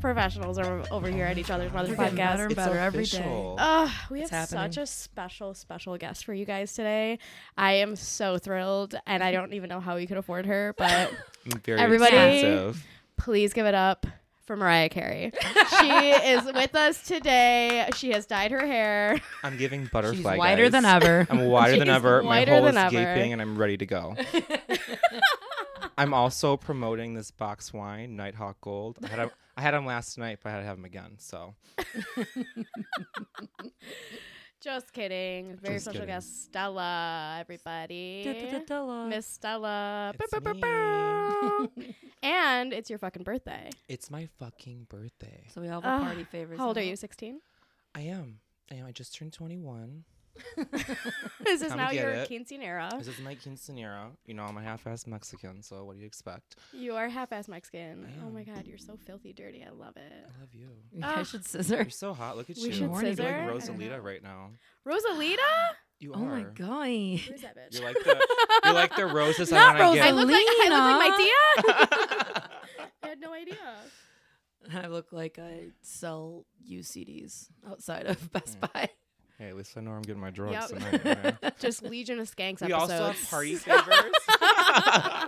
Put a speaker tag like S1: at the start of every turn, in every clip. S1: professionals are over here at each other's mother's
S2: We're getting
S1: podcast.
S2: better and
S3: It's
S2: better every day.
S3: official.
S1: Uh, we have such
S2: It's happening.
S1: a special, special guest for you guys today. I am so thrilled, and I don't even know how we could afford her, but
S3: Very
S1: everybody-
S3: expensive.
S1: please give it up for Mariah Carey. she is with us today. She has dyed her hair.
S3: I'm giving butterfly.
S2: She's whiter
S3: guys.
S2: than ever.
S3: I'm wider than
S1: She's
S3: ever. My
S1: whiter
S3: hole is
S1: than ever.
S3: gaping, and I'm ready to go. I'm also promoting this box wine, Nighthawk Gold. I had 'em- I had them last night, but I had to have them again. So
S1: Just kidding. Very
S3: Just
S1: special
S3: kidding.
S1: guest, Stella, everybody. Miss Stella.
S3: It's
S1: Bow, bow, bow, bow. and it's your fucking birthday.
S3: it's my fucking birthday.
S2: So we all have
S1: Ah,
S2: party favors.
S1: How old are
S2: now.
S1: you? 16?
S3: I am. I am. I just turned 21.
S1: Is this
S3: Come
S1: now
S3: get
S1: your
S3: it.
S1: quinceanera?
S3: This is my quinceanera. You know, I'm a half-ass Mexican, so what do you expect?
S1: You are half ass Mexican.
S3: I
S1: Oh
S3: am.
S1: my god, you're so filthy dirty. I love it.
S3: I love you.
S2: You guys
S1: Ah.
S2: should scissor.
S3: You're so hot. Look at
S1: We
S3: you.
S1: should
S3: You're
S1: scissor.
S3: like
S1: I don't
S3: Rosalita
S2: know.
S3: right now.
S1: Rosalita?
S3: You
S2: Oh
S3: are.
S2: my god.
S1: Who's that bitch?
S3: You're like the you're like the roses
S2: Not
S3: I want to
S1: I
S3: get.
S2: Rosalita.
S1: look like I look like my
S2: Selena.
S1: tia. I had no idea.
S2: I look like I sell UCDs outside of Best
S3: Mm.
S2: Buy.
S3: hey, at least I know where I'm getting my drugs
S1: Yep.
S3: tonight. okay?
S1: Just Legion of Skanks episodes.
S3: we also have party favors.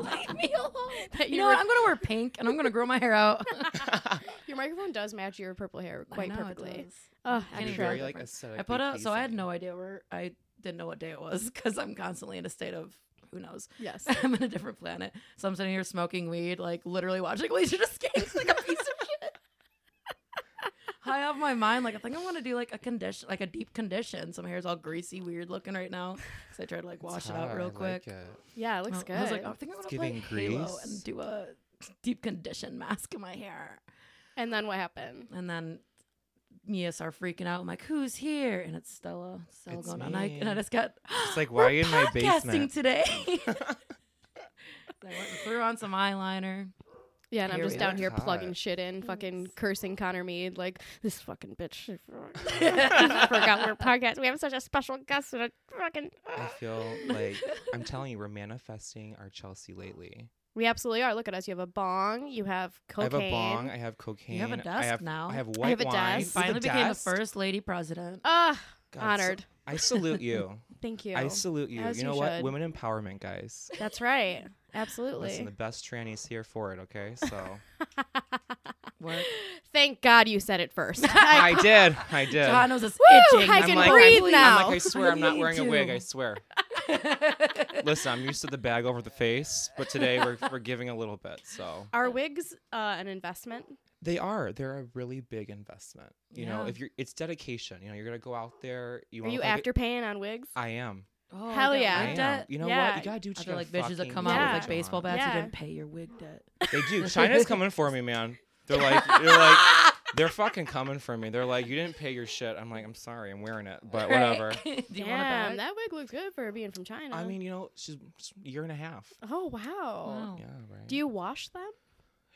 S2: Leave me alone.
S1: That you
S2: You know
S1: were-
S2: what? I'm gonna wear pink and I'm gonna grow my hair out
S1: Your microphone does match your purple hair
S2: I
S1: quite
S2: know it
S1: perfectly.
S2: does.
S1: Oh,
S2: I
S3: It'd be
S2: didn't
S1: extra.
S3: very
S2: realize
S3: like
S2: that.
S3: aesthetic.
S2: I put out, so I had no idea where I didn't know what day it was because I'm constantly in a state of who knows.
S1: Yes.
S2: I'm on a different planet, so I'm sitting here smoking weed, like literally watching Leisure Escapes, like a piece of shit. High off my mind, like I think I want to do like a condition, like a deep condition. So my hair's all greasy, weird looking right now. So I tried to like wash it out real quick.
S1: Yeah, it looks
S2: Well,
S1: good.
S2: I was like, oh. I think I'm gonna
S3: uh, It's
S2: play
S3: giving
S2: Halo
S3: grease.
S2: and do a deep condition mask in my hair.
S1: and then what happened?
S2: And then Mia started freaking out. I'm like, who's here? And it's Stella. Stella
S3: It's
S2: going on. I,
S3: me.
S2: and I just got,
S3: It's like,
S2: "We're
S3: why are you in my
S2: podcasting
S3: basement?"
S2: today? And I went and threw on some eyeliner.
S1: Yeah, and I'm
S2: Here
S1: just
S2: we
S1: down
S3: are.
S1: here
S3: Hot.
S1: plugging shit in, fucking cursing Connor Mead, like this fucking bitch. she fucking forgot we're podcast. We have such a special guest and a fucking.
S3: I feel like I'm telling you, we're manifesting our Chelsea lately.
S1: We absolutely are. Look at us. You have a bong. You have cocaine.
S3: I have a bong. I have cocaine.
S2: have a
S3: I
S2: desk
S3: have,
S2: now.
S3: I have
S1: I
S3: white
S1: have a
S3: wine.
S1: desk.
S3: With
S2: Finally became the
S3: desk?
S2: first lady president.
S1: Ah,
S3: God, so-
S1: honored.
S3: I salute you.
S1: Thank you.
S3: I salute you.
S1: As
S3: you
S1: you
S3: know what?
S1: should.
S3: Women empowerment, guys.
S1: That's right. Absolutely.
S3: Listen, the best tranny's here for it. Okay, so
S2: Work.
S1: Thank God you said it first.
S3: I did. I did.
S2: God knows it's
S1: Woo,
S2: itching.
S1: I
S3: I'm
S1: can
S3: like,
S1: breathe
S3: I'm,
S1: now.
S3: I'm like, I swear, I'm not
S2: Me
S3: wearing a wig. I
S2: too.
S3: swear. Listen, I'm used to the bag over the face, but today we're we're giving a little bit. So
S1: Are wigs uh, an investment?
S3: they are. They're a really big investment. You know,
S2: Yeah.
S3: if you're, it's dedication. You know, you're gonna go out there. You
S1: Are
S3: wanna
S1: you
S3: look like
S1: after paying on wigs?
S3: A, I am.
S2: Oh,
S1: Hell
S2: I got
S1: yeah.
S3: I
S2: wig
S3: am.
S2: debt.
S3: You know
S1: Yeah.
S3: what? You gotta do what
S2: I
S3: you
S2: feel
S3: gotta
S2: like bitches that
S3: fucking
S2: come
S3: do.
S2: out
S1: Yeah.
S2: with like baseball bats
S1: Yeah.
S2: who didn't pay your wig debt.
S3: They do. China's coming for me, man. They're like, they're like, they're fucking coming for me. They're like, you didn't pay your shit. I'm like, I'm sorry, I'm wearing it, but whatever.
S2: Do you want a
S1: Damn,
S2: bag?
S1: that wig looks good for being from China.
S3: I mean, you know, she's she's a year and a half.
S1: oh wow.
S2: Wow.
S3: Yeah, right.
S1: Do you wash them?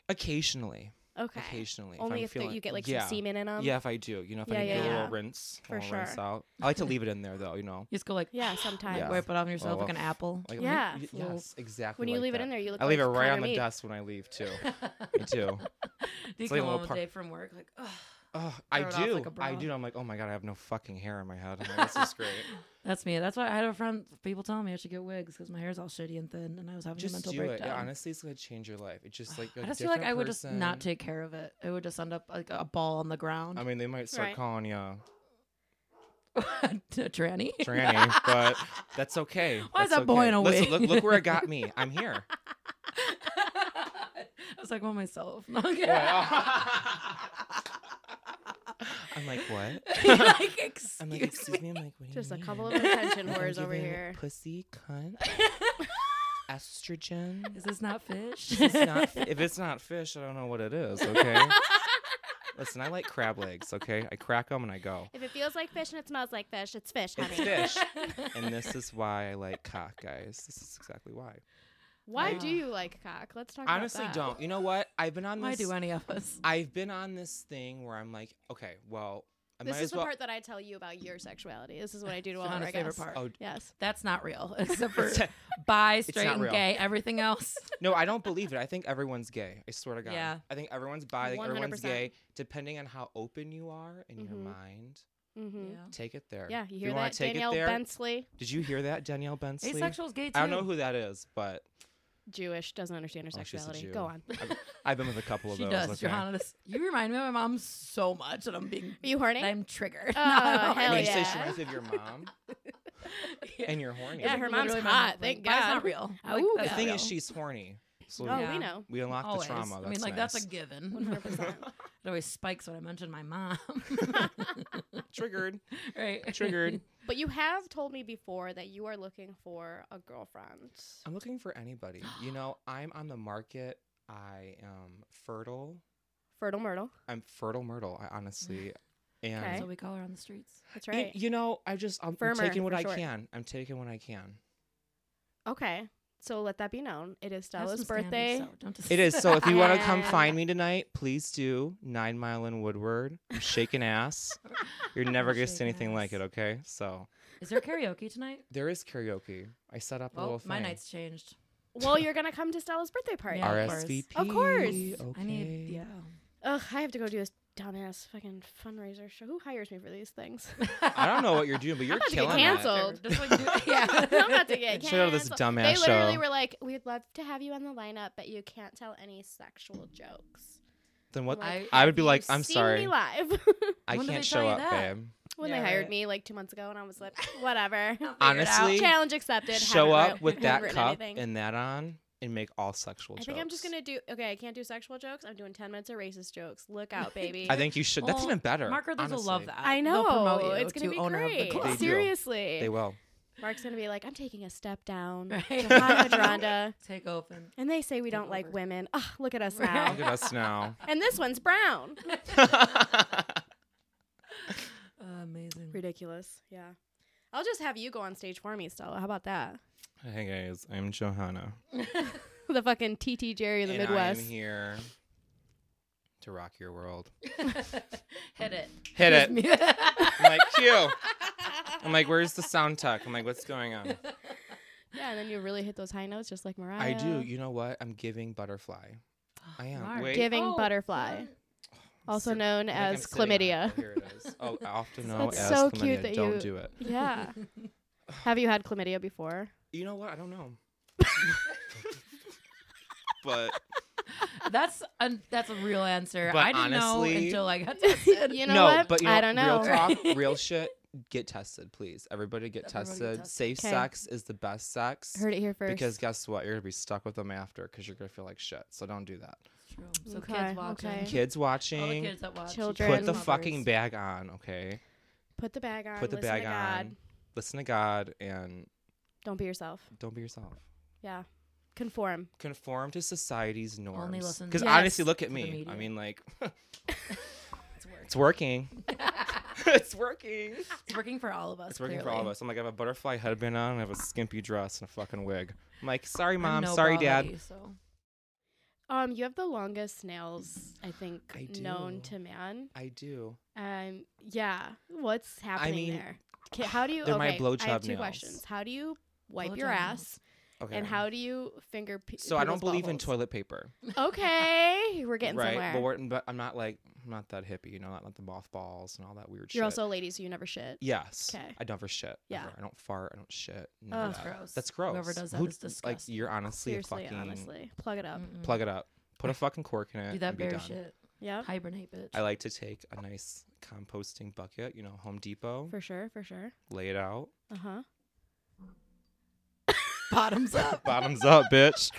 S3: occasionally,
S1: Okay.
S3: occasionally.
S1: Only
S3: I'm
S1: if, they-
S3: feeling-
S1: you get like
S3: yeah.
S1: some semen in them.
S3: Yeah, if I do, you know, if
S1: Yeah,
S3: I need
S1: yeah,
S3: to do a
S1: yeah.
S3: little rinse,
S1: For
S3: a little rinse
S1: sure.
S3: out. I like to leave it in there though, you know.
S2: You just go like,
S1: Yeah, sometimes.
S3: Yeah.
S2: wipe it off on yourself
S3: Oh, Well,
S2: like an apple.
S3: Like,
S1: Yeah.
S3: y-
S2: Little-
S3: yes, exactly.
S1: When you
S3: like
S1: leave
S3: that.
S1: it in there, you look.
S3: I leave it
S1: like
S3: right
S1: Connor
S3: on the
S1: Mead.
S3: desk when I leave too. I do.
S2: Do
S3: like
S2: you
S3: a
S2: come
S3: little
S2: home
S3: par-
S2: a day from work like, oh,
S3: Oh, I
S2: Throw it off
S3: do.
S2: like a
S3: I
S2: bra.
S3: do. I'm like, oh my god, I have no fucking hair in my head. I'm like, this is great.
S2: that's me. That's why I had a friend. People telling me I should get wigs because my hair's all shitty and thin, and I was having a
S3: just
S2: mental
S3: do
S2: breakdown.
S3: it. Yeah, honestly, it's gonna change your life. It's just like you're
S2: I
S3: a
S2: just feel like I
S3: different
S2: would just not
S3: person.
S2: take care of it. It would just end up like a ball on the ground.
S3: I mean, they might start
S1: Right.
S3: calling you
S2: To tranny.
S3: tranny, but that's okay.
S2: Why is
S3: That's
S2: that boy
S3: okay.
S2: in a
S3: Listen,
S2: wig?
S3: Look, look where it got me. I'm here.
S2: I was like, well, myself. Okay.
S3: I'm like, what?
S2: like, excuse
S3: I'm like, excuse me. I'm like, what do you
S1: Just a
S3: mean?
S1: couple of attention
S3: Like, I'm
S1: whores over
S3: giving
S1: here.
S3: Pussy, cunt, estrogen.
S2: Is this not fish?
S3: If it's not, if it's not fish, I don't know what it is. Okay. Listen, I like crab legs. Okay, I crack them and I go.
S1: If it feels like fish and it smells like fish, it's fish,
S3: It's fish, and this is why I like cock, guys. This is exactly why.
S1: Why
S2: Wow.
S1: do you like cock? Let's talk.
S3: Honestly,
S1: about that.
S3: don't. You know what? I've been on
S2: Why
S3: this.
S2: do any of us?
S3: I've been on this thing where I'm like, okay, well, I
S1: this
S3: might
S1: is
S3: as
S1: the
S3: well.
S1: part that I tell you about your sexuality. This is what I do to all
S2: Johnna's
S1: our
S2: favorite
S1: guests.
S2: part.
S3: Oh,
S1: Yes.
S2: That's not real, except for bi, straight,
S3: not
S2: and
S3: real.
S2: gay. Everything else.
S3: no, I don't believe it. I think everyone's gay. I swear to God.
S2: Yeah.
S3: I think everyone's bi. I think everyone's
S1: 100%.
S3: gay, depending on how open you are in your
S1: Mhm.
S3: mind.
S1: Mm-hmm. Yeah.
S3: Take it there.
S1: you
S3: If
S1: hear
S3: wanna
S1: that, Danielle Bensley,
S3: Did you hear that, Danielle Bensley?
S2: Asexual is gay too.
S3: I don't know who that is, but
S1: Jewish, doesn't understand her
S3: Oh, she's a
S1: sexuality.
S3: Jew.
S1: Go on.
S3: I've, I've been with a couple of
S2: she
S3: those.
S2: does.
S3: okay?
S2: Johanna, does- you remind me of my mom so much, and I'm being.
S1: Are you horny?
S2: I'm triggered.
S1: Oh,
S2: No,
S1: hell
S3: When
S2: I
S3: you
S2: mean-
S3: say she
S1: yeah.
S3: reminds you of your mom
S2: Yeah.
S3: and you're horny.
S1: Yeah, her mom's
S2: Literally, my
S1: hot,
S2: mom's like,
S1: thank
S2: "Bi's
S1: God."
S2: not real.
S1: Oh,
S2: Like,
S3: the
S2: that's
S1: God.
S3: thing
S2: real.
S3: is, she's horny. So
S1: oh,
S3: we-
S2: Yeah.
S1: we know.
S3: we unlock
S2: Always.
S3: the trauma. That's
S2: I mean, like
S3: nice.
S2: that's a given.
S1: 100%.
S2: It always spikes when I mention my mom.
S3: triggered.
S2: right.
S3: Triggered.
S1: But you have told me before that you are looking for a girlfriend.
S3: I'm looking for anybody. You know, I'm on the market. I am fertile.
S1: Fertile Myrtle.
S3: I'm fertile Myrtle. I honestly, and
S1: Okay.
S2: So we call her on the streets.
S1: That's
S3: Y-
S1: right.
S3: you, know, I just I'm, I'm
S1: Firmer,
S3: taking what
S1: for
S3: I
S1: short.
S3: can. I'm taking what I can.
S1: okay. So let that be known. It is
S2: Have
S1: Stella's
S2: some standards,
S1: birthday.
S2: so don't just-
S3: It is. So if you want to come
S1: Yeah.
S3: find me tonight, please do. Nine Mile and Woodward. I'm shaking ass. You're never gonna see
S2: Shaking
S3: anything like
S2: ass.
S3: it. Okay. So
S2: is there karaoke tonight?
S3: there is karaoke. I set up a
S2: Well,
S3: little
S2: my
S3: thing.
S2: night's changed.
S1: well, you're going to come to Stella's birthday party.
S2: Yeah. of course.
S3: RSVP.
S1: Of course.
S3: Okay.
S2: I need. Yeah.
S1: Ugh, I have to go do this dumbass fucking fundraiser show. Who hires me for these things?
S3: I don't know what you're doing, but you're
S1: about to get
S3: killing it.
S1: canceled.
S2: Just like do, yeah.
S1: I'm about to get
S3: Shout out to this
S1: canceled.
S3: dumbass
S1: They literally
S3: show.
S1: were like, "We'd love to have you on the lineup, but you can't tell any sexual jokes."
S3: Then what?
S1: Like,
S2: I-
S3: I would be
S1: You've
S3: like, I'm
S1: seen
S3: sorry,
S1: Me live
S3: I can't
S2: When did they tell
S3: show
S2: you
S3: up,
S2: that?
S3: babe.
S1: when
S2: Yeah,
S1: they hired
S2: right.
S1: me like two months ago, and I was like, "Whatever,
S3: Honestly,
S1: challenge accepted."
S3: show
S1: Haven't
S3: up
S1: writ-
S3: with that
S1: written
S3: cup
S1: anything.
S3: and that on and make all
S1: I
S3: sexual jokes.
S1: think I'm just gonna do. Okay, I can't do sexual jokes. I'm doing ten minutes of racist jokes. Look out, baby.
S3: I think you should. that's
S2: Well,
S3: even better.
S2: Mark Ruthers will love
S3: honestly.
S2: that.
S1: I know.
S2: They'll promote you
S1: it's gonna
S2: to
S1: be
S2: owner
S1: great.
S2: of the club.
S3: They do.
S1: Seriously,
S3: They will.
S1: Mark's gonna be like, "I'm taking a step down."
S2: Right.
S1: Johanna Madronda.
S2: Take open.
S1: And they say we
S2: Take
S1: don't like
S2: over.
S1: women. Ugh, look at us
S2: Right.
S1: now.
S3: Look at us now.
S1: And this one's brown.
S2: Amazing.
S1: Ridiculous. Yeah. I'll just have you go on stage for me, Stella. How about that?
S3: hey guys, I'm Johanna.
S1: The fucking TT Jerry of the
S3: and
S1: Midwest.
S3: I'm here to rock your world.
S2: Hit it.
S3: Hit it.
S2: it.
S3: I'm like, cue. I'm like, where's the sound tuck? I'm like, what's going on?
S1: Yeah, and then you really hit those high notes just like Mariah.
S3: I do. You know what? I'm giving butterfly. I am.
S2: Mark. Oh,
S3: Wait.
S1: Giving butterfly,
S2: darn.
S1: also
S3: Sit-
S1: known
S3: I think
S1: as
S3: I'm sitting
S1: chlamydia.
S3: on it. Oh, here it is. Oh, I often know
S1: That's
S3: as
S1: so
S3: chlamydia.
S1: cute that
S3: Don't
S1: you-
S3: do it.
S1: yeah. Have you had chlamydia before?
S3: You know what? I don't know. but
S2: That's a that's a real answer.
S3: But
S2: I didn't know
S3: honestly-
S2: until I got tested.
S1: You know
S3: no,
S1: what?
S3: but you know,
S1: I don't know.
S3: Real talk, real shit. Get tested, please. Everybody get
S2: Everybody get
S3: tested.
S2: tested.
S3: Safe
S1: Okay.
S3: sex is the best sex.
S1: Heard it here first.
S3: Because guess what? You're gonna be stuck with them after because you're gonna feel like shit. So don't do that.
S2: True. So
S1: Okay,
S2: kids watching.
S1: okay.
S3: Kids
S2: All the
S3: watching,
S2: kids that watch.
S1: Children.
S3: put the
S1: Grandmothers.
S3: fucking bag on, okay?
S1: put the bag on.
S3: put the
S1: listen
S3: bag
S1: to God.
S3: on. Listen to God and
S1: Don't be yourself.
S3: don't be yourself.
S1: Yeah. Conform.
S3: Conform to society's norms.
S2: listen
S3: Because
S2: Yes,
S3: honestly, look
S2: to
S3: at
S2: the
S3: me.
S2: media.
S3: I mean, like,
S2: It's,
S3: it's working. it's working.
S2: working for all of us.
S3: It's working for all of us. I'm like, I have a butterfly headband on, I have a skimpy dress and a fucking wig. I'm like, sorry, mom, sorry, dad.
S1: Um, you have the longest nails, I think,
S3: I
S1: known
S3: do.
S1: to man.
S3: I do.
S1: Um, yeah. What's happening
S3: mean,
S1: there? Ca- how do you?
S3: they're
S1: okay,
S3: my
S1: I have
S3: blowjob
S1: two
S3: nails.
S1: questions. How do you wipe
S2: Blowjob
S1: your
S2: nails.
S1: ass,
S3: Okay.
S1: and how do you finger? Pe-
S3: so I don't
S1: people's
S3: believe in
S1: bubbles?
S3: toilet paper.
S1: Okay, we're getting
S3: right.
S1: somewhere.
S3: But, we're, but I'm not like, I'm not that hippie, you know, not, not the mothballs and all that weird shit.
S1: You're also a lady, so you never shit.
S3: Yes.
S1: 'Kay.
S3: I never shit.
S1: Yeah. Oh,
S3: ever. I don't fart. I don't shit. none of
S2: That's
S3: that.
S2: gross.
S3: That's gross.
S2: Whoever does that
S3: Who-
S2: is
S3: Like
S2: disgusting.
S3: you're honestly
S1: Seriously,
S3: a fucking
S1: honestly, plug it up.
S2: Mm-mm.
S3: plug it up. Put a fucking cork in it.
S2: Do that
S3: and be
S2: bear
S3: done.
S2: shit.
S1: Yeah,
S2: Hibernate, bitch.
S3: I like to take a nice composting bucket, you know, Home Depot,
S1: for sure, for sure.
S3: lay it out,
S1: Uh huh.
S2: Bottoms up.
S3: bottoms up, bitch.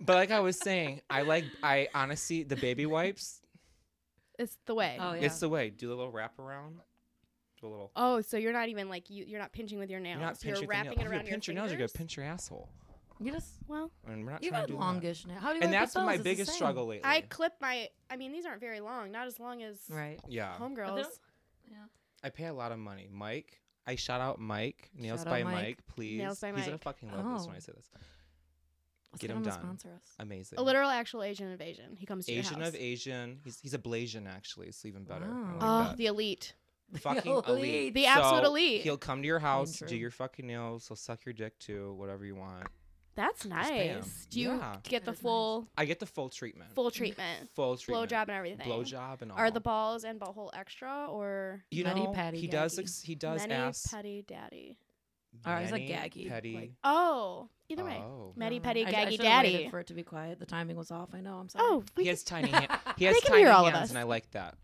S3: But like I was saying, I like I honestly the baby wipes.
S1: It's the way.
S2: Oh
S1: Oh,
S2: yeah.
S3: It's the way. Do the little wrap around. Do a little.
S1: Oh, so you're not even like you. You're not pinching with your nails.
S3: You're not pinching your
S1: wrapping
S3: nail.
S1: it
S3: If
S1: around
S3: you pinch your nails. You're gonna
S1: fingers?
S3: pinch your asshole.
S2: you just
S1: Well,
S3: And we're not
S2: you
S3: trying
S2: got
S3: to do that.
S2: longish now. How do you?
S3: And
S2: wipe your
S3: that's been my
S2: thighs? It's the
S3: biggest
S2: same.
S3: struggle lately.
S1: I clip my. I mean, these aren't very long. Not as long as
S2: Right.
S3: yeah.
S1: homegirls.
S3: I pay a lot of money. Mike, I shout out Mike, Nails
S2: Shout out
S3: by
S2: Mike.
S3: Mike. please.
S1: Nails by
S3: He's gonna
S1: Mike.
S3: fucking love this when
S2: Oh.
S3: I say this.
S2: Let's
S3: Get
S2: get
S3: 'em
S2: him to
S3: done.
S2: sponsor us.
S3: Amazing.
S1: A literal actual Asian invasion. He comes to
S3: Asian
S1: your house.
S3: of Asian. He's he's a Blasian actually. It's even better. I
S2: Wow.
S3: like
S1: Oh,
S3: that.
S1: the elite.
S3: fucking elite.
S2: elite.
S1: The absolute
S3: So
S1: elite.
S3: He'll come to your house, do
S2: true.
S3: your fucking nails, he'll suck your dick too, whatever you want.
S1: That's
S3: Just pay 'em.
S1: nice. Do you
S3: Yeah.
S1: get the
S2: That is nice.
S1: full
S3: I get the full treatment.
S1: full treatment,
S3: full treatment.
S1: blowjob and everything?
S3: Blowjob and all.
S1: Are the balls and butthole extra or
S3: you
S2: Nutty
S3: know
S2: patty
S3: he does
S2: gaggy.
S3: ex- he does
S1: many
S3: ask
S1: petty daddy?
S2: Or is it
S3: many
S2: gaggy?
S3: petty
S2: Like-
S1: Oh, either way,
S3: Oh.
S1: Matty
S2: No,
S1: Petty
S2: I- I
S1: Gaggy
S2: should've
S1: Daddy.
S2: waited For it to be quiet, the timing was off. I know. I'm sorry.
S1: oh, we
S3: he
S1: can-
S3: has tiny hands. He has
S1: They can
S3: tiny
S1: hear
S3: hands,
S1: all of us.
S3: and I like that.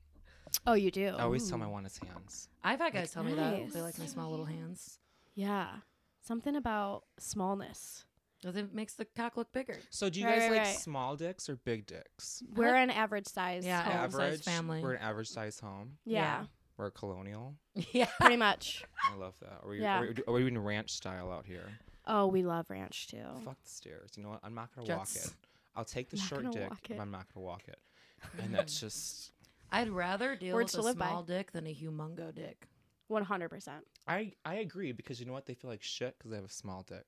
S1: oh, you do.
S3: I always tell
S2: Ooh.
S3: him I want his hands.
S2: I've had guys tell me that they like my
S1: Nice.
S2: small little hands.
S1: Yeah, something about smallness.
S2: Because it makes the cock look bigger.
S3: So do you
S1: Right,
S3: guys
S1: right,
S3: like
S1: right.
S3: small dicks or big dicks?
S1: We're an average size.
S2: Yeah,
S1: home.
S2: average. Home-sized
S3: average
S2: family.
S3: We're an average size home.
S1: Yeah,
S2: Yeah.
S3: We're a colonial.
S2: Yeah.
S1: pretty much.
S3: I love that. Are we,
S1: Yeah.
S3: are we, are we in ranch style out here?
S1: Oh, we love ranch too.
S3: Fuck the stairs. You know what? I'm not gonna walk
S2: Just-
S3: it. I'll take the
S1: Oh. Not
S3: short
S1: gonna
S3: dick,
S1: walk
S3: but
S1: it.
S3: I'm not gonna walk it. And that's just
S2: I'd rather deal
S1: Words
S2: with
S1: to
S2: a
S1: live by.
S2: small dick than a humongo dick.
S1: One hundred percent.
S3: I I agree because you know what? They feel like shit because they have a small dick.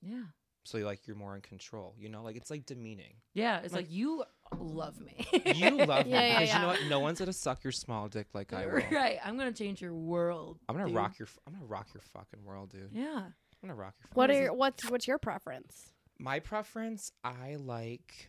S2: Yeah.
S3: So like you're more in control. You know, like it's like demeaning.
S2: Yeah. It's
S3: Like-
S2: like, you love me.
S3: You love me
S1: Yeah, yeah,
S3: because you
S1: yeah.
S3: know what? No one's gonna suck your small dick like I will.
S2: Right. I'm gonna change your world.
S3: I'm gonna
S2: dude.
S3: rock your f- I'm gonna rock your fucking world, dude.
S2: Yeah.
S3: I'm gonna rock your.
S1: What
S3: fucking-
S1: are your, what's what's your preference?
S3: my preference? I like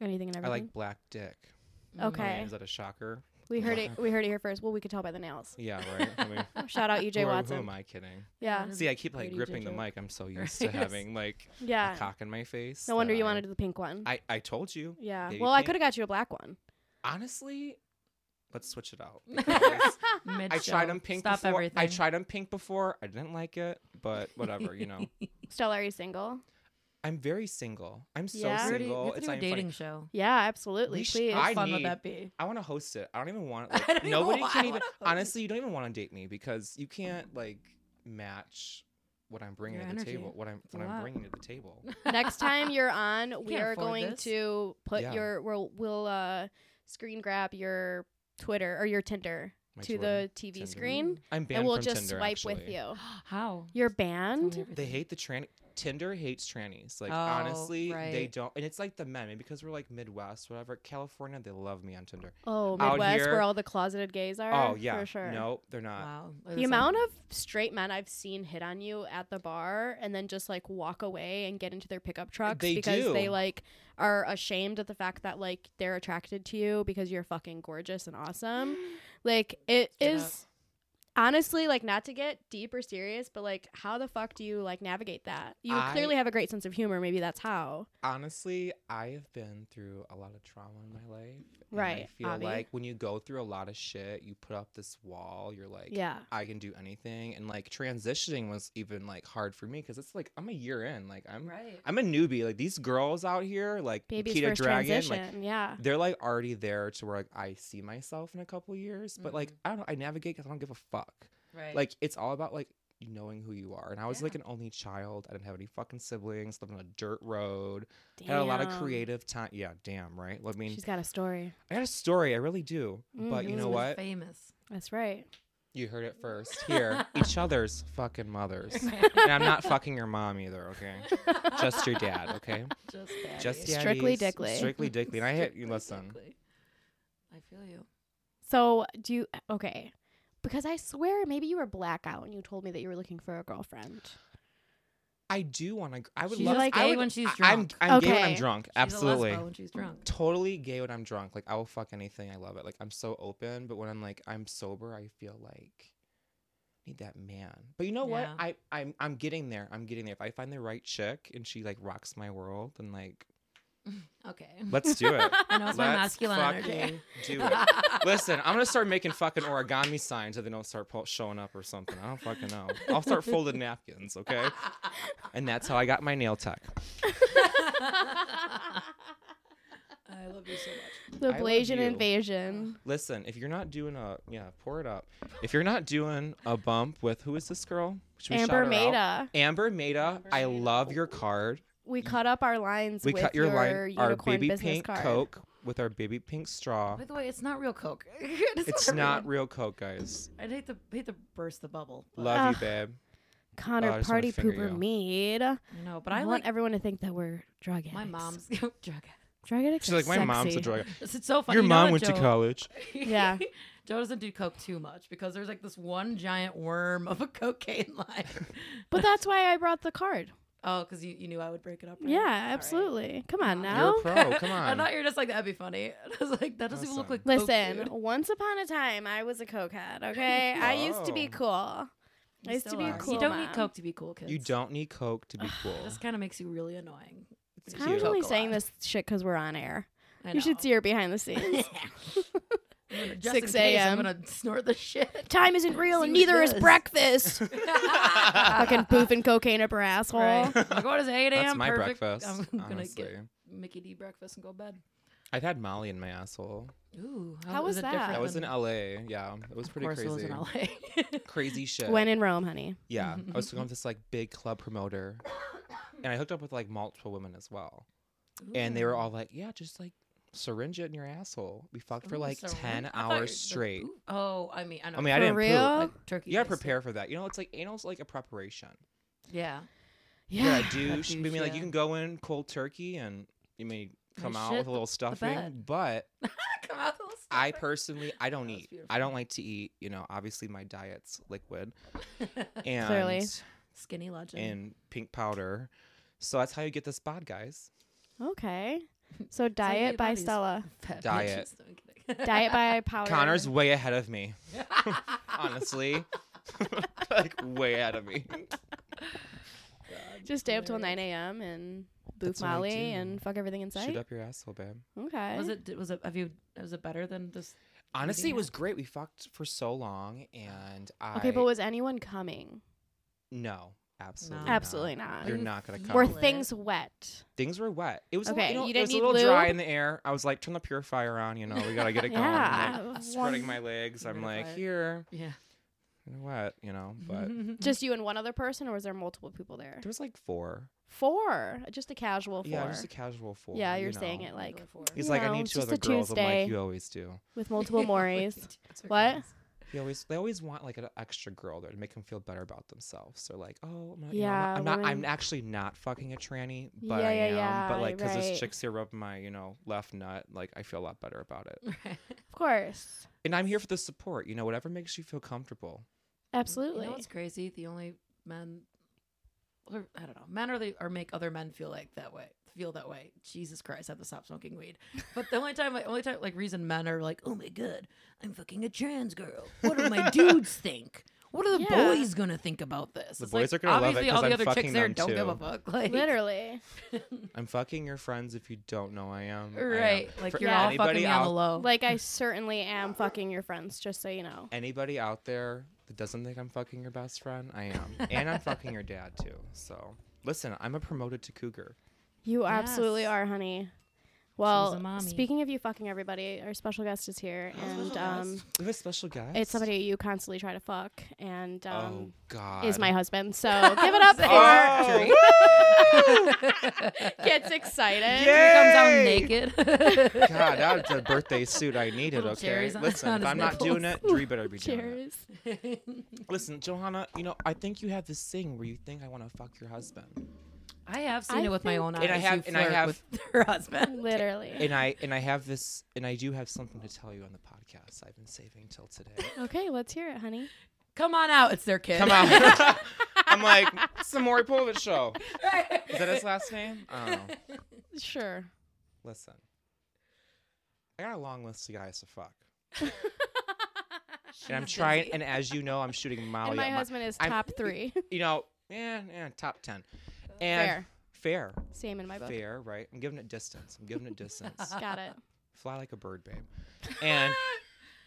S1: Anything and
S3: I
S1: everything.
S3: like black dick. I mean,
S1: Okay.
S3: is that a shocker?
S1: we heard it. We heard it here first. Well, we could tell by the nails.
S3: Yeah, right. I mean,
S1: Shout out
S3: who,
S1: EJ
S3: are- who am
S1: Watson.
S3: I kidding?
S1: Yeah,
S2: That is
S3: See, I keep like
S2: Brady
S3: gripping the
S2: Ginger.
S3: mic. I'm so used to
S2: Right.
S3: having like
S1: yeah.
S3: a cock in my face.
S1: No wonder
S3: that
S1: you
S3: I-
S1: wanted the pink one.
S3: I I told you.
S1: yeah.
S3: baby
S1: Well, I
S3: pink.
S1: could have got you a black one.
S3: Honestly, let's switch it out. because
S2: Mid
S3: I tried
S2: show.
S3: them pink
S2: Stop
S3: before.
S2: everything.
S3: I tried them pink before. I didn't like it, but whatever, you know.
S1: Stella, are you single?
S3: I'm very single. I'm so
S1: Yeah.
S2: We already-
S3: single.
S2: we have to
S3: it's not
S2: do a
S3: even funny.
S2: dating show.
S1: Yeah, absolutely.
S3: We sh-
S1: Please.
S2: How
S3: I
S2: fun
S3: need-
S2: would that be?
S3: I want to host it. I don't even want.
S2: I
S3: Like,
S2: don't even know
S3: nobody
S2: why
S3: can
S2: I
S3: even.
S2: wanna host it.
S3: Honestly, you don't even want to date me because
S1: Mm.
S3: you can't like match what I'm bringing
S2: Your
S3: to the
S2: energy.
S3: table. What I'm
S2: a
S3: what I'm
S2: lot.
S3: bringing to the table.
S1: Next time you're on, we
S2: can't
S1: are
S2: afford
S1: going
S2: this.
S1: to put
S3: Yeah.
S1: your we'll we'll uh screen grab your Twitter or your Tinder
S3: My
S1: to
S3: Twitter,
S1: the TV
S3: Tinder.
S1: screen
S3: I'm banned
S1: and we'll
S3: from
S1: just
S3: Tinder,
S1: swipe
S3: actually.
S1: with you.
S2: How?
S1: You're
S2: Tell me
S1: banned?
S2: everything.
S3: They hate the tranny. Tinder hates trannies. Like
S2: Oh,
S3: honestly, they
S2: right.
S3: don't. And it's like the men, maybe because we're like Midwest, whatever. California, they love me on Tinder.
S1: Oh,
S3: Out
S1: Midwest
S3: here-
S1: where all the closeted gays are.
S3: oh yeah,
S1: For sure.
S3: no, they're not.
S2: Wow.
S1: The amount of straight men I've seen hit on you at the bar and then just like walk away and get into their pickup trucks
S3: They
S1: because
S3: do.
S1: they like are ashamed of the fact that like they're attracted to you because you're fucking gorgeous and awesome. Like it
S2: Straight
S1: is
S2: up.
S1: honestly like not to get deep or serious, but like how the fuck do you like navigate that? You
S3: I-
S1: clearly have a great sense of humor, maybe that's how.
S3: Honestly, I have been through a lot of trauma in my life. and I
S1: Right,
S3: feel
S2: Avi.
S3: like when you go through a lot of shit, you put up this wall. You're like,
S1: yeah.
S3: I can do anything. And like transitioning was even like hard for me because it's like I'm a year in. Like I'm
S2: Right.
S3: I'm a newbie. Like these girls out here, like
S1: Baby's
S3: Nikita
S1: first
S3: Dragon, like
S1: transition. yeah.
S3: they're like already there to where like I see myself in a couple years. But like I don't know, I navigate because I don't give a fuck.
S2: Right.
S3: Like it's all about like knowing who you are. And I was
S2: Yeah.
S3: like an only child. I didn't have any fucking siblings. Lived on a dirt road. Had a lot of
S1: Damn.
S3: creative time. Yeah, damn right. Well, I mean,
S1: She's got a story.
S3: I got a story. I really do. But you
S1: Mhm.
S3: know
S2: Elizabeth
S3: what?
S2: Famous.
S1: That's right.
S3: You heard it first. Here, each other's fucking mothers. And I'm not fucking your mom either. Okay, just your dad. Okay,
S2: Just
S3: just
S2: daddy.
S1: yeah. Strictly
S3: daddies,
S1: dickly.
S3: Strictly dickly. And I hit you.
S2: Strictly
S3: Listen,
S2: dickly. I feel you.
S1: So do you okay? Because I swear maybe you were blackout when you told me that you were looking for a girlfriend.
S3: I do want to. I would
S2: She's
S3: love.
S1: like
S3: I
S2: gay
S3: would-
S2: when she's
S3: I- I'm,
S2: drunk.
S3: I'm gay when I'm
S1: Okay.
S3: drunk.
S2: She's a
S3: Absolutely.
S2: lesbo when she's drunk.
S3: totally gay when I'm drunk. Like I will fuck anything. I love it. Like I'm so open, but when I'm like I'm sober, I feel like I need that man. But you know what?
S2: Yeah.
S3: I I'm I'm getting there. I'm getting there. If I find the right chick and she like rocks my world, then like
S2: Okay.
S3: let's do it.
S2: I know it's my
S3: Let's
S2: masculine energy.
S3: fucking do it. Listen, I'm gonna start making fucking origami signs if they don't start po- showing up or something. I don't fucking know. I'll start folding napkins, okay? And that's how I got my nail tech.
S2: I love you so much.
S1: The
S3: I love
S1: Blasian
S3: you.
S1: invasion.
S3: Listen, if you're not doing a yeah, pour it up. If you're not doing a bump with who is this girl? Should we
S1: Amber
S3: shout her out?
S1: Maida.
S3: Amber Maida,
S2: Amber
S3: I
S2: Maida.
S3: love your card.
S1: We cut up our lines
S3: We
S1: with
S3: cut your, line, our
S1: unicorn
S3: baby
S1: business
S3: pink
S1: card.
S3: Coke with our baby pink straw.
S2: By the way, it's not real Coke.
S3: It's not real Coke, guys.
S2: I'd hate to hate to burst the bubble. but-
S3: Love you,
S1: Ugh.
S3: babe. Oh, I
S1: Connor
S3: just wanna
S1: Party
S3: finger
S1: Pooper
S3: you.
S1: Mead.
S2: I know, but
S1: I,
S2: I
S1: want
S2: like
S1: everyone to think that we're drug addicts.
S2: my mom's drug addict.
S1: drug addicts.
S3: She's like,
S1: are
S3: my mom's a
S1: sexy."
S3: drug.
S2: It's so funny.
S3: Your
S2: You know
S3: mom
S2: what
S3: went to
S2: Joe-
S3: college.
S1: Yeah.
S2: Joe doesn't do coke too much because there's like this one giant worm of a cocaine line.
S1: But that's why I brought the card.
S2: oh, because you, you knew I would break it up. right?
S1: Yeah,
S2: All right.
S1: absolutely. Come on
S2: You're
S1: now.
S3: You're a pro. Oh, Come
S2: I
S3: on.
S2: thought you were just like that'd be funny. I was like, that doesn't even look like.
S3: Listen.
S2: coke,
S1: Listen,
S2: dude."
S1: once upon a time, I was a cokehead. Okay, I used to be
S3: Oh.
S1: cool. I
S2: You
S1: used to
S2: still
S1: be a
S2: are.
S1: cool
S2: You don't need
S1: mom.
S2: coke to be cool, kids.
S3: you don't need coke to be cool.
S2: This kind of makes you really annoying.
S3: It's
S2: You
S1: I'm
S3: cute.
S2: coke
S1: only
S2: a
S1: saying
S2: lot.
S1: this shit because we're on air.
S2: I
S1: You should
S2: know.
S1: see her behind the scenes.
S2: I'm gonna- just
S1: 6
S2: in case,
S1: a.m..
S2: I'm gonna snort the shit.
S1: Time isn't real,
S2: See
S1: and
S2: what it
S1: neither is
S2: does.
S1: breakfast. Fucking poofing cocaine up her asshole.
S2: Right. Like, what is it, 8 a.m.
S3: That's my
S2: Perfect.
S3: breakfast.
S2: I'm gonna
S3: honestly.
S2: get Mickey D breakfast and go to bed.
S3: I've had Molly in my asshole.
S2: Ooh,
S1: How was
S2: is it
S1: that?
S2: different
S3: That was in
S2: than-
S3: LA. Yeah, it was
S2: Of
S3: pretty
S2: course
S3: crazy.
S2: It was in LA.
S3: Crazy shit.
S1: When in Rome, honey.
S3: yeah, I was going with this like big club promoter, and I hooked up with like multiple women as well, and they were all like, "Yeah, just like syringe it in your asshole." We fucked for
S2: Ooh,
S3: like
S2: so-
S3: ten
S2: I thought you- the
S3: hours straight.
S2: poop- Oh, I mean, I know.
S3: I mean, I
S1: For
S3: didn't
S1: real?
S3: poop.
S2: like, turkey.
S3: You gotta
S2: based.
S3: prepare for that. You know, it's like anal's like a preparation.
S2: Yeah.
S1: Yeah.
S3: Yeah, douche. I mean,
S2: douche,
S3: like
S2: yeah.
S3: you can go in cold turkey and you may come out
S2: shit
S3: with a little stuffing,
S2: bed.
S3: but
S2: Come out with a little
S3: I
S2: stomach.
S3: personally I don't
S2: That was
S3: eat. I
S2: beautiful.
S3: don't like to eat. You know, obviously my diet's liquid and
S1: Clearly.
S2: Skinny legend.
S3: and pink powder. So that's how you get this bod, guys.
S1: Okay. So diet by
S2: bodies.
S1: Stella.
S2: Fat
S3: Diet.
S2: bitches. No, I'm kidding.
S1: Diet by powder.
S3: Connor's way ahead of me, honestly. like way ahead of me.
S1: just stay up till nine
S2: Hilarious.
S1: a.m. and boof
S3: That's what I
S1: Molly
S3: do.
S1: and fuck everything in
S3: Shoot
S1: sight.
S3: up your asshole, babe.
S1: Okay.
S2: Was it? did- Was it? Have you? Was it better than just?
S3: Honestly,
S2: Eating
S3: it
S2: it.
S3: was great. We fucked for so long, and I
S1: okay, but was anyone coming?
S3: no, absolutely,
S1: Absolutely
S3: not.
S1: not.
S3: You're
S2: You
S3: not gonna
S2: feel
S3: come.
S1: Were
S2: Lit.
S1: things wet?
S3: things were wet. It was
S1: Okay,
S3: a, little-
S1: you
S3: it was
S1: didn't
S3: a
S1: need
S3: little dry
S1: lube?
S3: in the air. I was like, turn the purifier on. You know, we gotta get it going. I'm, like,
S1: Yeah.
S3: spreading
S1: One-
S3: my legs. I'm like, here,
S2: Purifier. Yeah.
S3: you're wet. You know,
S1: Mm-hmm.
S3: but there
S1: Just you and one other person, or was there multiple people there?
S3: was like four.
S1: Four. Just a casual four.
S3: Yeah, just a casual four.
S1: Yeah,
S3: you
S1: you're saying
S3: know.
S1: it like
S3: He's
S1: you
S3: like,
S1: know,
S3: I need
S1: it's
S3: two
S1: just
S3: other
S1: a
S3: girls. I'm
S1: Tuesday.
S3: like, you always do.
S1: with multiple Maury's. What?
S3: He always they always want like an extra girl there to make them feel better about themselves. They're like, oh, I'm not, you know,
S1: Yeah,
S3: I'm, not I'm not, I'm
S1: women-
S3: actually not fucking a tranny, but
S1: Yeah,
S3: I
S1: yeah,
S3: am.
S1: yeah,
S3: but like, because
S1: right.
S3: this chick's here rubbing my, you know, left nut, like I feel a lot better about it.
S1: Of course.
S3: And I'm here for the support. You know, whatever makes you feel comfortable.
S1: Absolutely.
S2: You know what's crazy? The only men, or I don't know, men are the or make other men feel like that way, feel that way. Jesus Christ, I have to stop smoking weed. But the only time, like, only time, like, reason men are like, oh my god, I'm fucking a trans girl. What do my dudes think? What are the
S1: Yeah.
S2: boys gonna think about this?
S3: The
S2: It's like,
S3: boys are gonna love it
S2: obviously
S3: 'cause
S2: all the
S3: I'm
S2: other chicks
S3: fucking
S2: there
S3: them
S2: don't give a
S3: too.
S2: fuck. Like
S1: Literally.
S3: I'm fucking your friends if you don't know I am. I am.
S2: right? Like
S3: For
S2: you're
S1: Yeah.
S2: all fucking me on the
S3: out,
S2: low.
S1: Like I certainly am fucking your friends, just so you know.
S3: anybody out there that doesn't think I'm fucking your best friend, I am. and I'm fucking your dad too. So listen, I'm a promoted to cougar.
S1: You absolutely
S2: Yes.
S1: are, honey. Well,
S2: mommy.
S1: speaking of you fucking everybody, our special guest is here, and um,
S3: We have a special guest.
S1: it's somebody you constantly try to fuck, and
S3: Oh
S1: um,
S3: God.
S1: is my husband. So give it up for
S3: Oh,
S2: Factory.
S3: woo!
S1: gets excited.
S3: Yeah.
S2: comes out
S3: Yay!
S2: naked.
S3: God, that's a birthday suit I needed.
S2: Little
S3: Okay,
S2: cherries on-
S3: listen,
S2: on
S3: if
S2: his
S3: I'm not doing it,
S2: nipples.
S3: Dree better be doing it.
S1: Cheers.
S3: Listen, Johanna, you know I think you have this thing where you think I want to fuck your husband,
S2: I have seen
S1: I
S2: it with my
S1: think-
S2: own eyes.
S3: And I
S2: You
S3: have- and I
S2: flirt
S3: have-
S2: with her husband.
S1: Literally.
S3: and I and I have this, and I do have something to tell you on the podcast. I've been saving till today.
S1: Okay, let's hear it, honey.
S2: Come on out, it's their kid.
S3: Come out. I'm like Samori Povich show. Is that his last name? Oh,
S1: Sure.
S3: listen, I got a long list of guys to fuck, and I'm trying. And as you know, I'm shooting Molly.
S1: and my
S3: at
S1: husband is
S3: I'm-
S1: top three.
S3: you know, yeah, yeah, top ten, and fair,
S1: Same in Uh, my book.
S3: fair, right? I'm giving it distance. I'm giving it distance.
S1: Got it.
S3: Fly like a bird, babe. And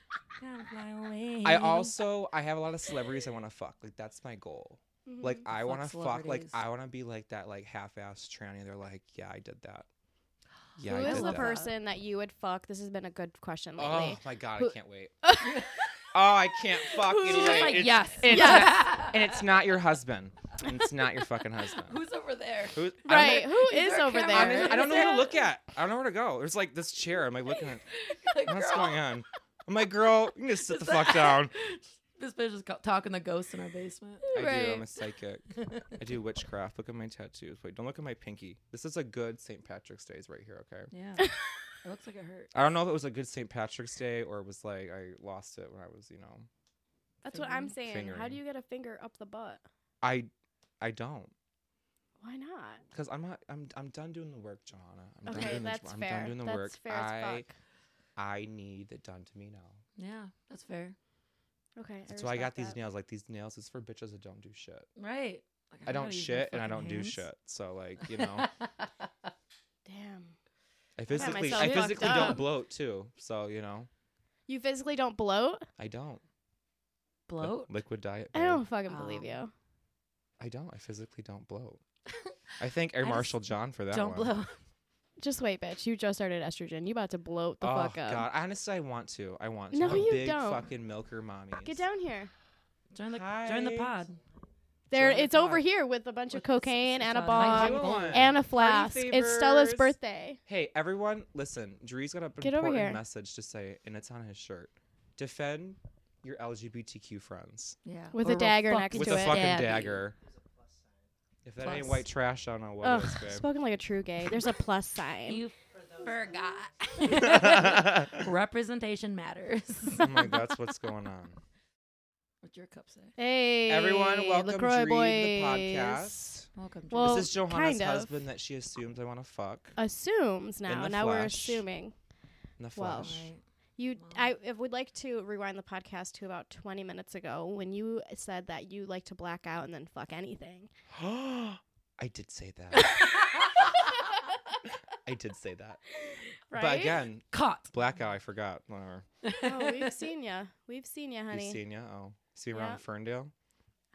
S3: I also I have a lot of celebrities I want to fuck. Like that's my goal.
S1: Mm-hmm. Mm,
S3: Like I
S2: Fuck
S3: want to fuck. Like
S2: celebrities.
S3: I want to be like that like half-ass tranny. They're like, yeah, I did that. Yeah,
S1: Who
S3: I
S1: is
S3: did
S1: the
S3: that.
S1: person that you would fuck? This has been a good question
S3: Oh
S1: lately.
S3: my god,
S1: Who-
S3: I can't wait. oh, I can't fucking
S2: She's just
S3: wait.
S2: like,
S3: It's-
S2: yes,
S3: it's-
S2: yes.
S3: And it's not your husband. And it's not your fucking husband.
S2: Who's over there?
S3: Who's,
S1: right. Who
S2: Is
S1: is
S2: there a
S1: over
S2: camera?
S1: there?
S3: I don't know
S2: Is
S3: where to
S2: it?
S3: look at. I don't know where to go. There's like this chair. I'm like looking at
S2: Like,
S3: what's
S2: girl,
S3: going on. I'm like, girl, you need to sit
S2: Is
S3: the fuck
S2: that-
S3: down.
S2: This bitch is co- talking the ghosts in our basement.
S3: I do. I'm a
S1: Right.
S3: psychic. I do witchcraft. Look at my tattoos. Wait, don't look at my pinky. This is a good St. Patrick's Day's right here, okay?
S2: Yeah. It looks like it hurt.
S3: I don't know if it was a good St. Patrick's Day or it was like I lost it when I was, you know,
S1: That's what I'm
S2: Fingering.
S1: saying. How
S3: Fingering.
S1: do you get a finger up the butt?
S3: I, I don't,
S1: Why not?
S3: because I'm not. I'm I'm done doing the work, Johanna. I'm done
S1: Okay,
S3: doing the-
S1: that's
S3: I'm
S1: fair.
S3: done doing the
S1: that's
S3: work.
S1: fair
S3: I
S1: as fuck.
S3: I need it done to me now.
S2: Yeah, that's fair.
S1: Okay,
S3: That's why I got
S1: respect
S3: these
S1: that.
S3: nails. Like these nails is for bitches that don't do shit.
S2: Right. Like,
S3: I
S2: I'm
S3: don't
S2: not using
S3: shit and I
S2: fucking
S3: don't do
S2: hands.
S3: shit. So like you know,
S1: Damn,
S3: I physically
S1: myself
S3: I
S1: fucked
S3: physically don't
S1: up.
S3: bloat too. So you know,
S1: you physically don't bloat?
S3: I don't Li-
S2: Bloat.
S3: liquid diet.
S1: I
S3: babe.
S1: don't fucking believe
S2: Um,
S1: you.
S3: I don't. I physically don't bloat. I thank Air
S2: I just
S3: Marshal John for that.
S2: Don't
S3: one.
S2: blow.
S1: Just wait, bitch. You just started estrogen. You about to bloat the
S3: oh
S1: fuck up.
S3: God! Honestly, I want to. I want to.
S1: No,
S3: I'm a
S1: you
S3: big
S1: don't.
S3: Fucking milker mommy.
S1: Get down here.
S2: Join the join the
S3: Hi.
S2: pod.
S1: There,
S2: Join the
S1: it's over
S2: pod.
S1: here with a bunch of
S2: With
S1: cocaine
S2: s-
S1: and a
S2: s-
S3: How you
S1: bomb
S3: doing?
S1: and a flask. It's Stella's
S3: favors.
S1: birthday.
S3: Hey, everyone, listen. Dree's got a
S1: Get over
S3: important
S1: here.
S3: message to say, and it's on his shirt. Defend your LGBTQ friends
S2: Yeah.
S1: With a
S2: we'll
S1: dagger
S2: fuck
S1: next
S2: you
S3: with
S1: to
S3: a
S1: it.
S3: fucking
S2: Stab you.
S3: dagger. If that ain't
S2: Plus.
S3: white trash, I don't know what
S1: Ugh,
S3: is, babe.
S1: spoken like a true gay. There's a plus sign.
S2: You forgot. Representation matters.
S3: I'm like, that's what's going on.
S2: What's your cup say?
S1: hey,
S3: Everyone, welcome
S1: LaCroix
S3: Dree to the podcast.
S2: Welcome. to
S1: Well,
S3: this is Johanna's
S1: kind of.
S3: husband that she assumes I want to fuck
S1: Assumes now.
S3: the
S1: Now we're
S3: flesh.
S1: assuming.
S3: in the
S1: Well,
S3: flesh.
S2: Right.
S1: You,
S2: Wow.
S1: I, I would like to rewind the podcast to about 20 minutes ago when you said that you like to black out and then fuck anything.
S3: I did say that. I did say that.
S1: Right?
S3: But again,
S2: Caught.
S3: blackout, I forgot. Whatever.
S1: oh, we've seen ya. We've seen ya, honey.
S3: You seen ya? Oh. See around
S1: Yeah.
S3: Ferndale?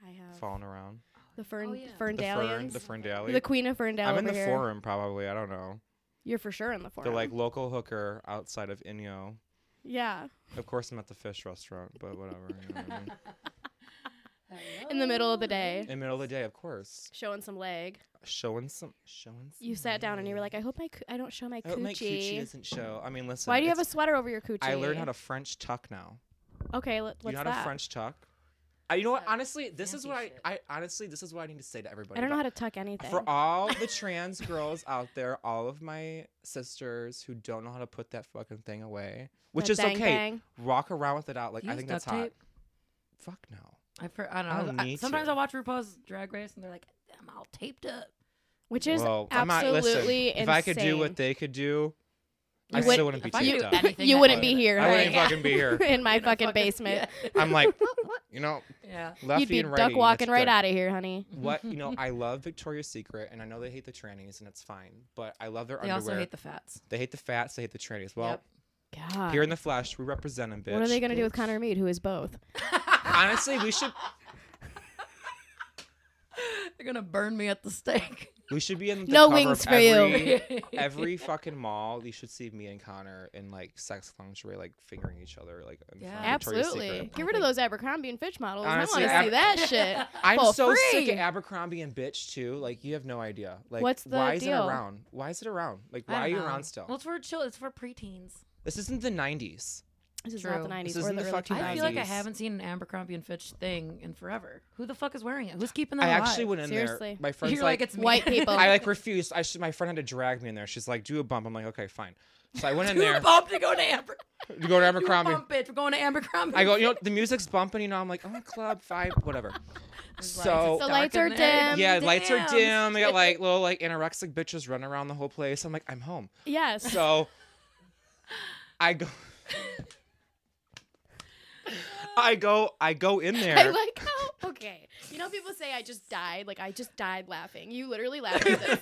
S1: I have
S3: Falling around.
S1: the Fern,
S2: Oh, yeah.
S3: The Fern,
S1: Ferndalians,
S3: the
S1: the,
S3: Ferndale.
S1: Queen of Ferndale.
S3: I'm in
S1: over
S3: the
S1: here.
S3: forum probably. I don't know.
S1: You're for sure in the forum.
S3: The like local hooker outside of Inyo.
S1: yeah,
S3: Of course I'm at the fish restaurant, but whatever. You know what I mean?
S1: in the middle of the day,
S3: In the middle of the day, of course.
S1: showing some leg.
S3: Showing some showing some Oh,
S1: You sat down and you were
S3: love.
S1: like, I hope my coo- I don't show my
S3: I hope
S1: coochie.
S3: my coochie doesn't show. I mean listen.
S1: Why do you have a
S3: it's-
S1: sweater over your coochie?
S3: I learned how to French tuck now.
S1: Okay, let,
S3: you
S1: what's
S3: know how
S1: that?
S3: to French tuck? I, you know what?
S2: That
S3: Honestly, this is
S2: fancy
S3: what I,
S2: shit.
S3: I honestly this is what I need to say to everybody.
S1: I don't know
S3: about-
S1: how to tuck anything.
S3: For all the trans girls out there, all of my sisters who don't know how to put that fucking thing away, which
S1: That
S3: is
S1: bang
S3: okay,
S1: bang.
S3: walk around with it out. Like
S2: You
S3: I
S2: use
S3: think that's
S2: duct
S3: hot.
S2: tape?
S3: Fuck no.
S2: I've heard, I don't know.
S3: I
S2: I
S3: don't
S2: I-
S3: need
S2: sometimes
S3: to.
S2: I watch RuPaul's Drag Race and they're like, I'm all taped up.
S1: which is
S3: Well, I'm not-
S1: absolutely
S3: listen,
S1: insane.
S3: If I could do what they could do, I
S1: You
S3: still
S1: would-
S3: wouldn't be
S2: if I
S3: taped
S2: do
S3: up.
S2: anything
S1: you
S2: that
S1: wouldn't
S2: way.
S1: be here,
S3: I
S1: right?
S3: wouldn't fucking be here.
S1: in my
S2: You know,
S1: fucking basement.
S3: I'm like, you know,
S2: Yeah.
S3: lefty
S1: You'd be
S3: and righty.
S1: duck
S3: that's
S1: walking right
S3: good.
S1: out of here, honey.
S3: Mm-hmm. What you know, I love Victoria's Secret, and I know they hate the trannies, and it's fine. But I love their
S2: They
S3: underwear.
S2: also hate the fats.
S3: they hate the fats. They hate the trannies. Well,
S2: Yep.
S1: God.
S3: here in the flesh, we represent them, bitch.
S1: what are they gonna do with Connor Mead, who is both?
S3: Honestly, we should
S2: They're going to burn me at the stake.
S3: we should be in the
S1: No
S3: cover
S1: wings
S3: of
S1: for you.
S3: every- every fucking mall, you should see me and Connor in like sex lingerie, like fingering each other, like in
S2: Yeah.
S3: front of Victoria's
S1: Absolutely.
S3: Secret.
S1: Get rid of those Abercrombie and Fitch models.
S3: Honestly,
S1: I want to see
S3: Ab-
S1: that shit.
S3: I'm
S1: for
S3: so sick
S1: free.
S3: of Abercrombie and bitch too. Like you have no idea. Like
S1: What's the
S3: why is it
S1: deal?
S3: around? Why is it around? Like
S2: I don't
S3: why are you
S2: know.
S3: around still?
S2: Well, it's for chill. It's for preteens.
S3: this isn't the '90s.
S1: This is
S2: True.
S1: not the 90s
S3: This
S1: or
S3: isn't
S1: the,
S3: the
S1: early
S3: fucking
S1: 2000s.
S2: I feel like I
S3: Nineties.
S2: haven't seen an Abercrombie and Fitch thing in forever. Who the fuck is wearing it? Who's keeping that
S3: I
S2: alive?
S3: actually went in there.
S1: Seriously.
S3: My friend's
S2: You're like, it's me.
S1: White people.
S3: I like refused. I should, my friend had to drag me in there. She's like, "Do a bump." I'm like, "Okay, fine." So I went in
S2: Do a
S3: there
S2: bump to go to Amber.
S3: to go to
S2: Do a
S3: Abercrombie.
S2: bump, bitch. We're going to Abercrombie.
S3: I go, you know, the music's bumping. You know, I'm like, "Oh, club vibe, whatever." so
S1: The lights are dim.
S3: Yeah, lights are
S2: Damn.
S3: dim. I got like little like anorexic bitches running around the whole place. I'm like, I'm home.
S1: Yes.
S3: So I go I go I go in there.
S1: I like how okay. You know people say I just died, like I just died laughing. You literally laughed at this.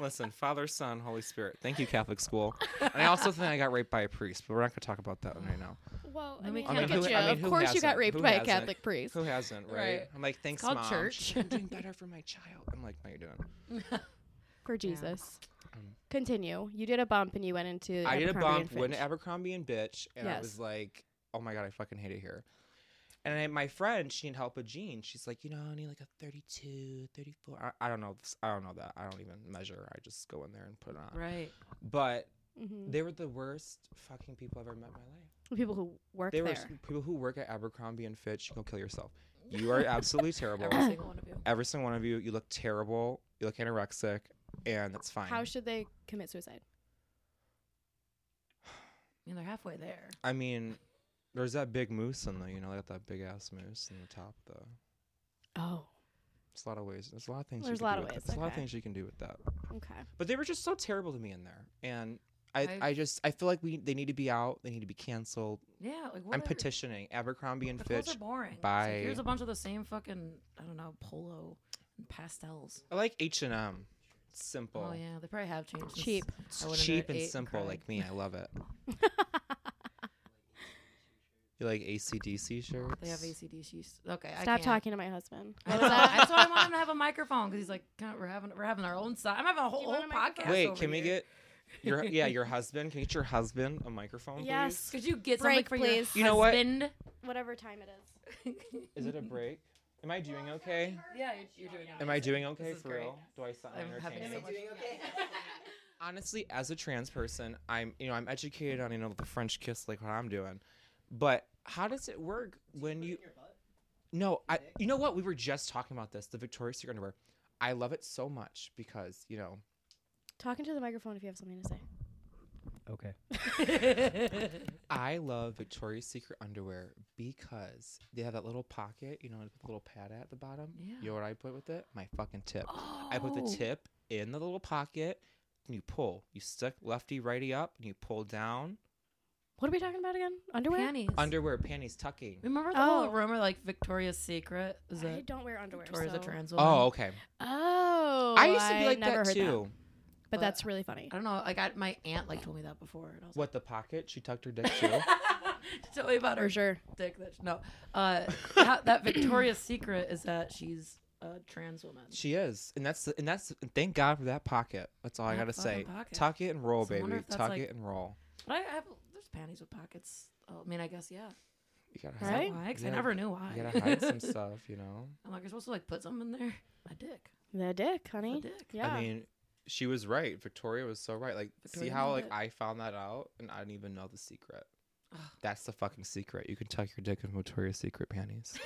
S3: Listen, Father, Son, Holy Spirit. Thank you, Catholic school. And I also think I got raped by a priest, but we're not gonna talk about that right now.
S1: Well, I
S2: Let me
S1: mean,
S2: count. I
S1: look
S2: mean,
S1: at
S3: who-
S1: you.
S3: I mean, who
S1: of course you got
S3: hasn't?
S1: raped
S3: Who
S1: by a
S3: hasn't?
S1: Catholic priest.
S3: Who hasn't, right?
S2: Right.
S3: I'm like, thanks,
S2: called
S3: mom.
S2: church.
S3: I'm doing better for my child. I'm like, no, you're doing.
S1: For Jesus. Continue. You did a bump and you went into
S3: Um, I did a
S1: Abercrombie
S3: bump,
S1: and
S3: went to
S1: Fitch.
S3: Abercrombie and bitch, and I
S1: Yes.
S3: was like, oh my god, I fucking hate it here. And I, my friend, she needed help with jeans. She's like, you know, I need like a 32, 34. I, I don't know. this- I don't know that. I don't even measure. I just go in there and put it on.
S2: Right.
S3: But
S1: Mhm.
S3: they were the worst fucking people I've ever met in my life.
S1: The people who work
S3: They were s-
S1: there.
S3: people who work at Abercrombie and Fitch. Go kill yourself. You are absolutely terrible.
S2: Every single one of you.
S3: Every single one of you. You look terrible. You look anorexic, and that's fine.
S1: How should they commit suicide?
S2: mean, they're halfway there.
S3: I mean, there's that big moose in the, you know, they got that big ass moose in the top though.
S1: Oh,
S3: It's a lot of ways. There's a lot of things.
S1: There's
S3: you
S1: a lot
S3: can do
S1: of
S3: with
S1: ways,
S3: That. There's a lot of
S1: okay.
S3: things you can do with that.
S1: okay.
S3: But they were just so terrible to me in there, and I, I,
S2: I-
S3: just, I feel like we, they need to be out. They need to be canceled.
S2: Yeah, like what?
S3: I'm
S2: are-
S3: petitioning Abercrombie and
S2: The clothes
S3: Fitch.
S2: are boring. It's like,
S3: by-
S2: here's a bunch of the same fucking I don't know polo and pastels.
S3: I like H and M. Simple.
S2: Oh yeah, they probably have changed. since
S1: Cheap.
S3: It's
S2: I went in there
S3: cheap
S2: at
S3: and
S2: eight and
S3: simple,
S2: cried.
S3: like me. I love it. you like ACDC shirts?
S2: They have ACDC. Okay, I
S1: Stop
S2: can't.
S1: talking to my husband.
S2: I
S1: What
S2: know,
S1: was that?
S2: That's why I want him to have a microphone because he's like, "God, we're having we're having our own side. I'm having a whole,
S1: you want
S2: whole
S1: a microphone?
S2: podcast.
S3: Wait, can we get your yeah your husband? Can we get your husband a microphone?
S1: yes.
S2: Could you get
S1: Break,
S2: something for
S1: please.
S2: your
S3: You know what?
S2: husband?
S1: Whatever time it is.
S2: You know what?
S3: Please? Is it a break? Am I doing okay?
S2: yeah, you're, you're doing.
S3: Am I doing okay
S2: is
S3: for
S2: great.
S3: real? Do I sound
S2: I'm having so
S3: entertaining?
S2: much.
S3: Honestly, as a trans person, I'm you know I'm educated on you know the French kiss like what I'm doing, but how does it work when you? No, I. You know what? We were just talking about this. The Victoria's Secret underwear. I love it so much because you know
S1: Talking to the microphone if you have something to say.
S4: Okay.
S3: I love Victoria's Secret underwear because they have that little pocket, you know, with the little pad at the bottom.
S2: Yeah.
S3: You know what I put with it? My fucking tip.
S2: oh.
S3: I put the tip in the little pocket and you pull. You stick lefty righty up and you pull down.
S1: What are we talking about again? Underwear?
S2: panties.
S3: Underwear, panties tucking.
S2: Remember the
S1: Oh.
S2: whole rumor like Victoria's Secret is
S1: I
S2: a
S1: don't wear underwear.
S2: Victoria's a
S1: so-
S2: trans woman.
S3: Oh, okay.
S1: Oh.
S3: I used to be like
S1: never
S3: that
S1: heard
S3: too.
S1: But,
S2: But-
S1: that's really funny.
S2: I don't know. Like I, my aunt like told me that before. And I was
S3: What the pocket? She tucked her dick too.
S2: like, tell me about her
S1: For sure.
S2: dick. That she, no, uh, that, that Victoria's Secret is that she's a trans woman.
S3: she is, and that's and that's and thank God for that pocket. That's all I
S2: That
S3: gotta say.
S2: fucking pocket.
S3: Tuck it and roll,
S2: So I wonder
S3: baby.
S2: if that's
S3: Tuck
S2: like-
S3: it and roll.
S2: But I have there's panties with pockets. Oh, I mean, I guess yeah.
S3: You gotta
S2: Is
S3: hide.
S2: that
S1: Right?
S2: why? 'Cause
S3: Yeah.
S2: I never knew why.
S3: You gotta hide some stuff, you know.
S2: I'm like, you're supposed to like put something in there. My dick.
S1: The dick, honey.
S2: My dick.
S1: Yeah.
S3: I mean, she was right. Victoria was so right. Like,
S2: Victoria
S3: see how
S2: nailed
S3: like
S2: it.
S3: I found that out, and I didn't even know the secret.
S2: Ugh.
S3: That's the fucking secret. You can tuck your dick in Victoria's Secret panties.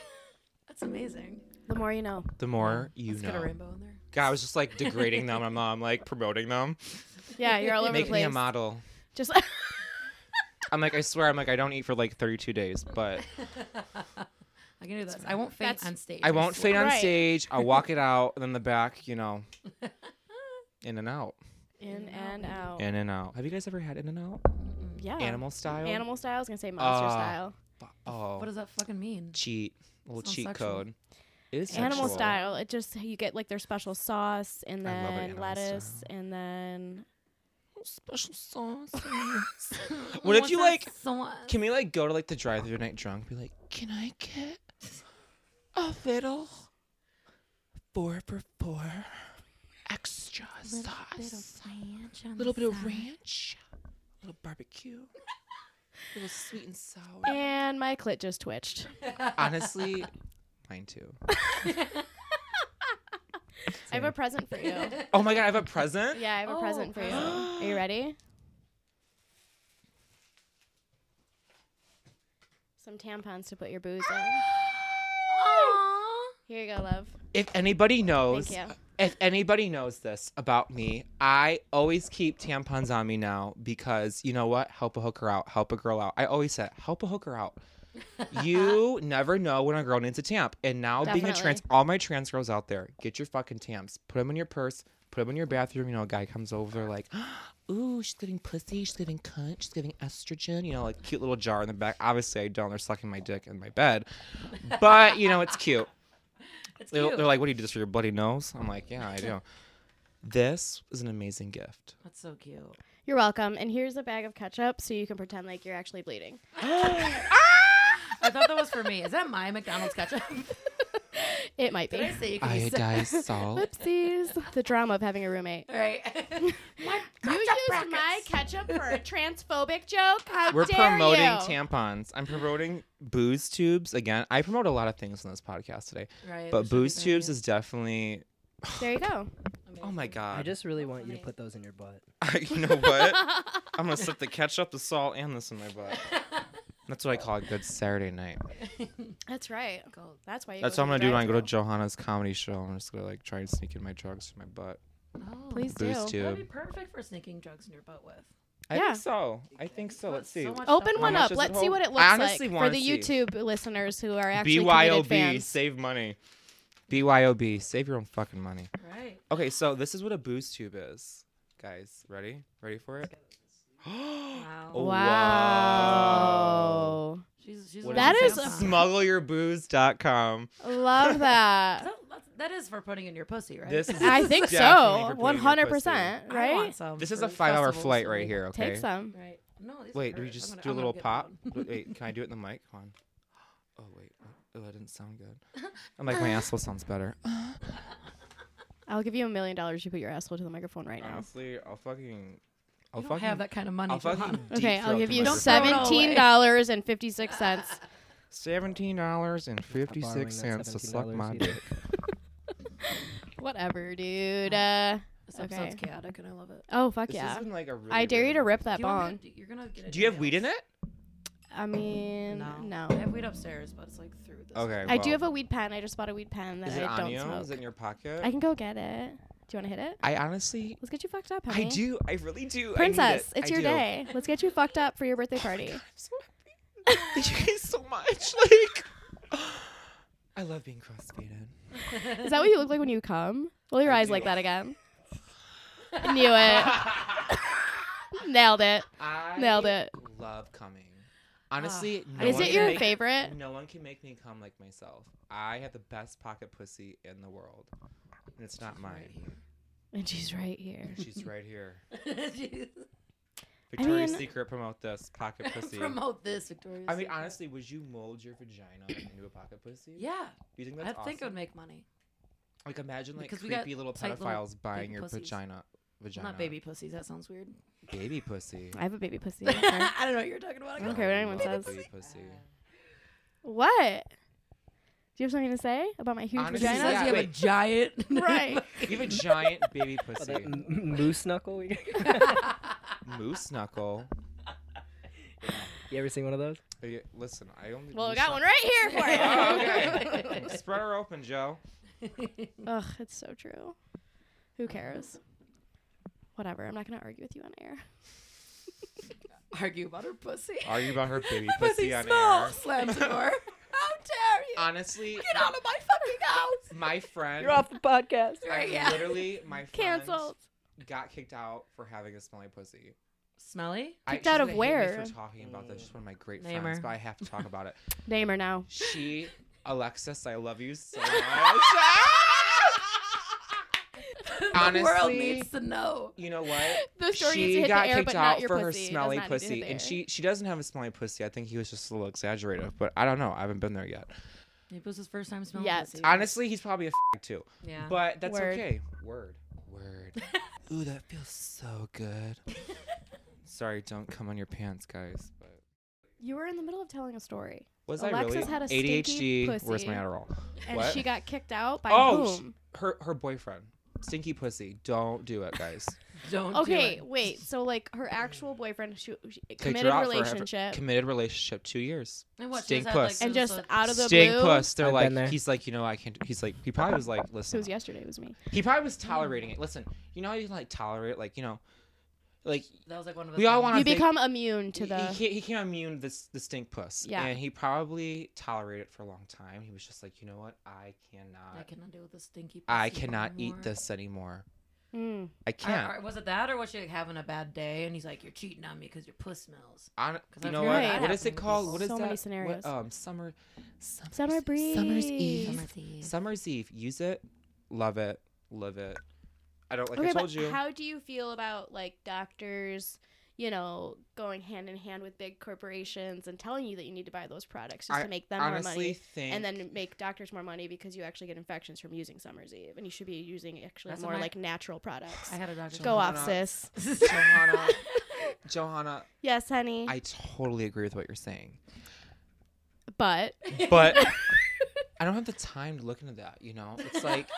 S2: That's amazing.
S1: the more you know.
S3: The more you
S2: Let's get a
S3: know.
S2: rainbow in there.
S3: God, I was just like degrading them. I'm, I'm like promoting them.
S1: Yeah, you're all over
S3: Make
S1: the
S3: me
S1: place.
S3: a model.
S1: Just
S3: I'm like, I swear, I'm like, I don't eat for like 32 days, but
S2: I can do this. I won't faint
S1: That's-
S2: on stage.
S3: I won't faint on
S1: Right.
S3: stage. I'll walk it out, and then the back, you know, in and out,
S1: in and out.
S3: in and out. Have you guys ever had in and out?
S1: yeah.
S3: Animal style.
S1: Animal style. I was gonna say monster
S3: Uh,
S1: style.
S3: Fu- Oh,
S2: Mm. What does that fucking mean?
S3: cheat little
S2: Sounds
S3: cheat
S2: sexual.
S3: code. It is
S1: Animal
S3: sexual.
S1: style. It just you get like their special sauce and
S3: I love it,
S1: then
S3: animal
S1: lettuce
S3: style.
S1: and then
S3: special sauce. What if
S2: What's
S3: you,
S2: that
S3: like-
S2: sauce?
S3: Can we like go to like the drive-through night drunk? Be like, can I get a little four for four extra sauce, a little bit of ranch, a little barbecue, a little sweet and sour.
S1: and my clit just twitched.
S3: Honestly, mine too.
S1: I have a present for you.
S3: Oh my god, I have a present.
S1: Yeah, I have a
S2: Oh,
S1: present for you. Are you ready? Some tampons to put your booze in. Here you go, love.
S3: If anybody knows,
S1: Thank you.
S3: if anybody knows this about me, I always keep tampons on me now because you know what? Help a hooker out, help a girl out. I always said, help a hooker out. you never know when a girl needs a tamp. And now being a trans, all my trans girls out there, get your fucking tamps, put them in your purse, put them in your bathroom. You know, a guy comes over, they're like, ooh, she's giving pussy, she's giving cunt, she's giving estrogen. You know, like cute little jar in the back. Obviously, I don't. They're sucking my dick in my bed, but you know, it's cute.
S2: It's
S3: They're,
S2: cute.
S3: they're like, "What do you do this for your bloody nose?" I'm like, "Yeah, I do." this is an amazing gift.
S2: That's so cute.
S1: You're welcome. And here's a bag of ketchup so you can pretend like you're actually bleeding.
S2: I thought that was for me. Is that my McDonald's ketchup?
S1: It might
S2: Did I
S1: be.
S2: say you could be sick?
S3: Iodized salt.
S1: Oopsies. The drama of having a roommate.
S2: All right. my
S1: You used my ketchup for a transphobic joke? How
S3: We're
S1: dare
S3: promoting
S1: you?
S3: tampons. I'm promoting booze tubes again. I promote a lot of things on this podcast today,
S2: Right.
S3: but booze tubes is definitely.
S1: there you go.
S3: Oh my god!
S4: I just really want you to
S2: funny.
S4: put those in your butt.
S3: you know what? I'm gonna slip the ketchup, the salt, and this in my butt. That's what I call a good Saturday night.
S1: That's right. That's why you
S3: That's
S1: go
S3: what I'm gonna
S1: the
S3: do when I go to
S1: drive-thru.
S3: Johanna's comedy show. I'm just gonna like try and sneak in my drugs through my butt.
S2: Oh,
S1: Please
S3: Booze
S1: do.
S2: That'd be
S3: tube.
S2: perfect for sneaking drugs in your butt with.
S3: I I
S1: Yeah.
S3: think so. I think so.
S2: Got
S3: Let's see.
S2: so much
S1: Open
S2: How
S1: one
S3: much
S1: up.
S3: does it
S1: Let's see
S3: hold?
S1: what it
S3: I
S1: looks
S3: honestly
S1: like for
S3: wanna
S1: the
S3: see.
S1: YouTube listeners who are actually committed
S3: BYOB,
S1: fans.
S3: save money. BYOB, save your own fucking money.
S2: Right.
S3: Okay, so this is what a booze tube is. Guys, ready? Ready for it?
S2: Wow.
S3: Oh,
S1: Wow.
S2: She's, she's
S3: What
S1: That
S3: it
S1: is
S3: say?
S1: a-
S3: smuggleyourbooze.com.
S1: Love that.
S2: That, that's, that is for putting in your pussy, right?
S3: This is
S1: I think
S3: Definitely for
S1: so.
S3: putting
S1: One
S3: in your
S1: hundred
S3: pussy.
S1: percent,
S2: I
S1: right?
S2: want some
S3: This is
S2: for
S3: a five hour
S2: festivals
S3: flight
S2: and-
S3: right here, okay?
S1: Take some.
S2: Right. No. these
S3: Wait, do we
S2: hurt.
S3: just
S2: I'm gonna-
S3: do
S2: I'm
S3: a little
S2: gonna get
S3: pop?
S2: one.
S3: Wait, Wait, can I do it in the mic? Hold on. Oh, wait. Oh, that didn't sound good. I'm like, my asshole sounds better.
S1: I'll give you a million dollars. You put your asshole to the microphone right now.
S3: Honestly, I'll fucking. I'll
S2: You don't
S3: fucking.
S2: have that kind of money.
S3: I'll fucking.
S2: Johanna.
S1: Okay,
S3: deep
S1: I'll
S3: throat
S1: give
S3: the
S1: you
S3: microphone.
S2: Don't throw it away.
S1: seventeen dollars and fifty six cents.
S3: Seventeen dollars and fifty
S4: borrowing that
S3: six cents to suck
S4: $17
S3: my
S4: either.
S3: dick.
S1: Whatever, dude. Uh,
S2: This episode's chaotic, and I love it.
S1: oh fuck
S3: This
S1: yeah!
S3: isn't like a really
S1: I dare you
S3: weird-
S1: to rip that
S2: you want me
S1: bong.
S2: to- you're gonna get.
S3: Do you have weed in it?
S1: I mean,
S2: No.
S1: no.
S2: I have weed upstairs, but it's like through this.
S3: Okay.
S1: I do
S3: well,
S1: have a weed pen. I just bought a weed pen that
S3: Is it
S1: I
S3: on
S1: don't
S3: you?
S1: smoke.
S3: Is it in your pocket?
S1: I can go get it. Do you want to hit it?
S3: I honestly.
S1: Let's get you fucked up,
S3: I
S1: honey.
S3: do. I really do.
S1: Princess,
S3: I need it.
S1: it's
S3: I
S1: your
S3: do. Oh
S1: day. Let's get you fucked up for your birthday party.
S3: I'm so happy. Thank you guys so much. Like, I love being crossfaded.
S1: Is that what you look like when you come? Roll your
S3: I
S1: eyes
S3: do.
S1: like that again. Knew it. Nailed it.
S3: I
S1: Nailed it. Ah.
S3: Love coming. Honestly, no
S1: Is
S3: one
S1: it
S3: can
S1: your
S3: make-
S1: favorite?
S3: No one can make me come like myself. I have the best pocket pussy in the world, and it's not
S2: Right
S3: mine.
S1: And she's right here.
S3: And she's right here.
S2: here.
S3: Victoria's
S1: mean-
S3: Secret promote this pocket pussy.
S2: Promote this, Victoria.
S3: I mean, honestly, would you mold your vagina into a pocket pussy?
S2: Yeah,
S3: Do you think
S2: I
S3: that's
S2: think it would
S3: awesome?
S2: make money.
S3: Like imagine like
S2: Because we got
S3: creepy little
S2: tight
S3: pedophiles
S2: little
S3: buying
S2: baby
S3: your
S2: pussies.
S3: vagina, vagina,
S2: Not baby pussies. That sounds weird.
S3: baby pussy.
S1: I have a baby pussy. out there.
S2: I don't know what you're talking about.
S1: I don't care what
S3: I
S1: anyone says.
S3: love Baby pussy.
S1: what? Do you have something to say about my huge
S3: Honestly,
S1: vagina?
S3: yeah.
S2: says you have a
S3: Wait.
S2: giant.
S1: Right.
S3: You have a giant baby
S4: Oh,
S3: pussy.
S4: that m- m- moose knuckle. we-
S3: Moose knuckle.
S4: you ever seen one of those?
S3: Are you- listen, I only.
S1: Well, I
S3: moose
S1: got
S3: knuckle-
S1: one right here for you.
S3: Oh, okay. Spread her open, Joe.
S1: Ugh, it's so true. Who cares? Whatever. I'm not gonna argue with you on air.
S2: Argue about her pussy.
S3: Argue about her baby
S2: My
S3: pussy
S2: pussy
S3: on air.
S2: smells. Slams the door. How dare you?
S3: Honestly,
S2: Get out of my fucking house.
S3: my friend.
S4: the podcast.
S2: Right,
S3: I
S2: yeah.
S3: Literally, my friend
S1: Cancelled.
S3: got kicked out for having a smelly pussy.
S2: Smelly?
S3: I-
S1: Kicked
S3: she's
S1: out of
S3: gonna hate me
S1: where?
S3: For talking about this, she's one of my great
S2: Name
S3: friends,
S2: her.
S3: but I have to talk about it.
S1: Name her now.
S3: She, Alexis, I love you so much.
S2: the world
S3: Honestly-
S2: needs to know.
S3: you know what?
S1: The story needs to
S3: She
S1: hit
S3: got
S1: the air,
S3: kicked
S1: but
S3: out
S1: not your
S3: for
S1: pussy.
S3: her
S1: It does
S3: smelly
S1: not need to hit
S3: pussy,
S1: the air.
S3: and she she doesn't have a smelly pussy. I think he was just a little exaggerative, but I don't know. I haven't been there yet.
S2: It was his first time smelling
S1: Yes.
S2: pussy.
S3: Honestly, he's probably a f- too,
S2: Yeah.
S3: but that's
S1: Word.
S3: okay. Word, word. Ooh, that feels so good. Sorry, don't come on your pants, guys. But
S1: You were in the middle of telling a story,
S3: was
S1: Alexis
S3: I really
S1: had a stinky
S3: ADHD? Where's my
S1: pussy.
S3: Adderall?
S1: and
S3: What?
S1: she got kicked out by
S3: Oh, sh-
S1: whom?
S3: Her her boyfriend, stinky pussy. Don't do it, guys.
S2: Don't
S1: Okay,
S2: do it.
S1: wait. So like her actual boyfriend, she, she
S3: Kicked her
S1: committed
S3: out forever.
S1: relationship,
S3: Committed relationship, two years.
S2: And what, she
S3: Stink
S2: just had,
S3: puss.
S1: and
S2: this
S1: just
S2: little-
S1: out of the
S3: Stink
S1: blue,
S3: puss. They're
S4: I've
S3: like
S4: been there.
S3: he's like you know I can't. He's like he probably was like
S1: It
S3: listen.
S1: was yesterday. It was me.
S3: He probably was tolerating it. Listen, you know how you like tolerate, like you know, like
S2: That was like one of
S3: We all wanna-
S1: You
S3: big-
S1: become immune to
S3: he-
S1: the.
S3: he, he became immune to this the stink puss.
S1: Yeah.
S3: and he probably tolerated it for a long time. He was just like, you know what, I cannot,
S2: I cannot deal with this stinky. Pussy
S3: I cannot
S2: anymore.
S3: eat this anymore.
S1: Mm.
S3: I
S2: Or-
S3: can't.
S2: or was it that, or was she like, having a bad day? And he's like, "You're cheating on me because your puss smells."
S3: Hon-
S2: Because
S3: you
S2: I've
S3: know
S1: heard
S3: what?
S1: that
S3: What is
S2: happening
S3: it called?
S2: before.
S3: What is
S1: So
S3: that?
S1: many
S3: What-
S1: scenarios.
S3: um, summer, summer's,
S1: Summer
S3: Summer's
S1: breeze.
S3: Eve. Summer's Eve. Use it, love it, live it. I don't like I
S1: okay, but
S3: told you.
S1: how do you feel about like doctors, you know, going hand in hand with big corporations and telling you that you need to buy those products just
S3: I
S1: to make them more
S3: honestly
S1: money?
S3: think
S1: And then make doctors more money because you actually get infections from using Summer's Eve, and you should be using actually
S2: That's what
S1: more
S2: my-
S1: like natural products.
S2: I had a doctor.
S1: Go
S2: tell
S1: off,
S3: Johanna.
S1: sis.
S2: me-
S3: Johanna, Johanna,
S1: Yes, honey.
S3: I totally agree with what you're saying.
S1: but
S3: but I don't have the time to look into that. You know, it's like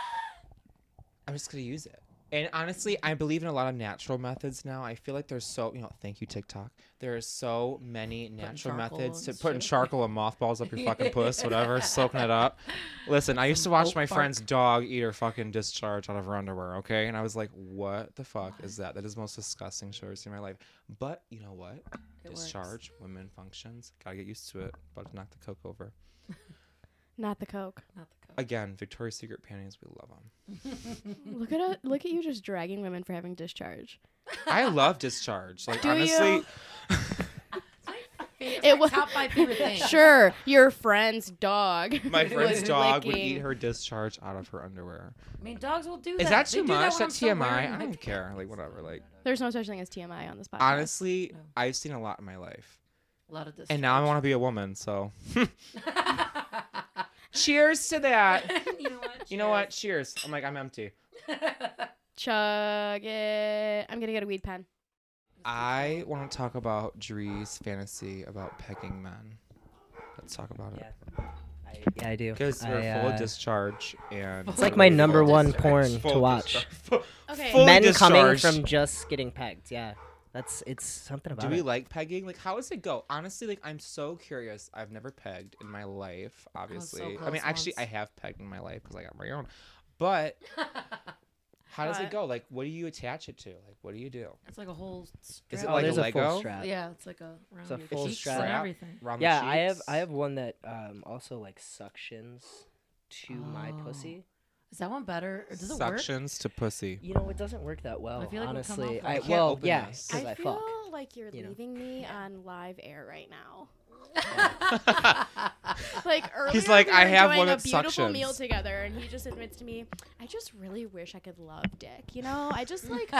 S3: I'm just gonna use it, And honestly, I believe in a lot of natural methods now. I feel like there's so you know, thank you TikTok. There are so many natural
S2: charcoal
S3: methods to
S2: and
S3: putting
S2: shit.
S3: charcoal and mothballs up your fucking puss, whatever, soaking it up. Listen, I used to
S2: Some
S3: watch
S2: oat
S3: my
S2: bark.
S3: friend's dog eat her fucking discharge out of her underwear, okay? And I was like, what the fuck is that? That is the most disgusting shit I've ever seen in my life. But you know what?
S2: It works.
S3: discharge, women functions. Gotta get used to it. About to knock the coke over.
S1: Not the Coke.
S2: Not the coke.
S3: Again, Victoria's Secret panties, we love them.
S1: Look at a, look at you just dragging women for having discharge.
S3: I love discharge. Like
S1: Do
S3: honestly,
S1: you?
S2: It's
S1: It
S2: my
S1: was-
S2: top five favorite thing.
S1: Sure, your friend's dog.
S3: my friend's
S1: was
S3: dog would eat
S1: licking.
S3: her discharge out of her underwear.
S2: I mean, dogs will do that.
S3: Is that
S2: They
S3: too
S2: do that
S3: much?
S2: when
S3: That
S2: I'm still
S3: TMI?
S2: wearing
S3: I
S2: my
S3: don't care.
S2: pants.
S3: Like whatever. Like
S1: There's no such thing as TMI on this podcast.
S3: honestly,
S2: No.
S3: I've seen a lot in my life,
S2: A lot of this.
S3: and now I want to be a woman. So, cheers to that.
S2: you know what?
S3: You know what? Cheers. I'm like I'm empty.
S1: chug it. I'm gonna get a weed pen.
S3: I want to talk about Dree's fantasy about pegging men. Let's talk about it
S4: Yeah. I, yeah, I do.
S3: because
S4: I,
S3: we're full of
S4: uh,
S3: discharge and
S4: It's like my
S3: full
S4: number
S3: dis-
S4: one
S2: discharge.
S4: porn
S3: full
S4: to watch.
S3: discharge. Full-
S1: Okay.
S3: fully
S4: Men coming
S3: discharged.
S4: from just getting pegged. Yeah, that's it's something about
S3: Do we
S4: it.
S3: like pegging? Like, how does it go? Honestly, like, I'm so curious. I've never pegged in my life, obviously. I mean,
S2: close
S3: actually, I
S2: once.
S3: have pegged in my life because I got my own. But how does it
S1: But-
S3: go? Like, what do you attach it to? Like, what do you do?
S2: It's like a whole.
S3: Is it
S2: strap.
S4: oh,
S3: like a
S4: there's a,
S3: Lego?
S4: full strap.
S2: Yeah, it's like a round
S4: It's a
S2: your
S4: full
S2: cheeks and
S4: strap.
S2: everything.
S3: Around
S4: Yeah,
S3: the
S4: I have
S3: cheeks?
S4: I have one that um, also like suctions to my
S2: Oh.
S4: pussy.
S2: Is that one better? Or Does it work?
S3: suctions to pussy.
S4: You know, it doesn't work that well.
S2: feel like it would come
S4: honestly,
S2: off
S4: I,
S2: like-
S3: Can't
S4: well,
S3: open
S4: yeah,
S3: this.
S4: because I,
S1: I feel
S4: fuck.
S1: like you're
S4: you know.
S1: leaving me on live air right now. like earlier,
S3: He's like,
S1: we
S3: "I
S1: were
S3: have
S1: enjoying
S3: one
S1: a
S3: that
S1: beautiful meal
S3: suctions."
S1: together, and he just admits to me, I just really wish I could love dick. You know, I just like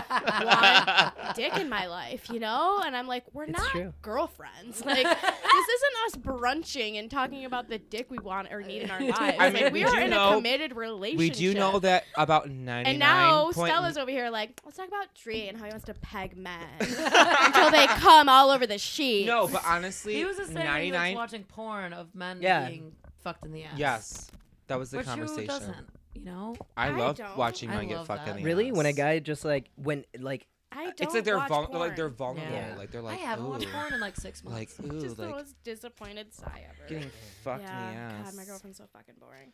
S1: want dick in my life. You know, and I'm like, we're
S4: It's
S1: not
S4: true.
S1: girlfriends. Like, this isn't us brunching and talking about the dick we want or need in our lives.
S3: I mean,
S1: like,
S3: we
S1: we, are
S3: do
S1: in
S3: know-
S1: a committed relationship.
S3: We do know that about 99.
S1: And now
S3: point-
S1: Stella's over here like, let's talk about Dree and how he wants to peg men until they come all over the sheet.
S3: No, but honestly,
S2: He was just saying he was
S3: 99.
S2: watching porn of men
S4: Yeah.
S2: being fucked in the ass.
S3: Yes, that was the
S2: Which who
S3: conversation.
S2: doesn't? You know,
S3: I
S1: I
S3: love
S1: don't.
S3: watching
S2: I
S3: men get
S2: love
S3: fucked in
S2: that.
S3: the
S4: Really, when a
S3: ass.
S4: guy just like when like
S1: I don't.
S3: It's like they're,
S1: watch
S3: vul- they're like they're
S1: porn.
S3: vulnerable.
S2: Yeah.
S3: Like they're like
S2: I haven't watched
S3: "Ooh."
S2: porn in like six
S3: like
S2: months.
S3: ooh,
S1: Just the
S3: like
S1: most disappointed sigh ever.
S3: getting fucked
S1: yeah,
S3: in the ass.
S1: God, my girlfriend's so fucking boring.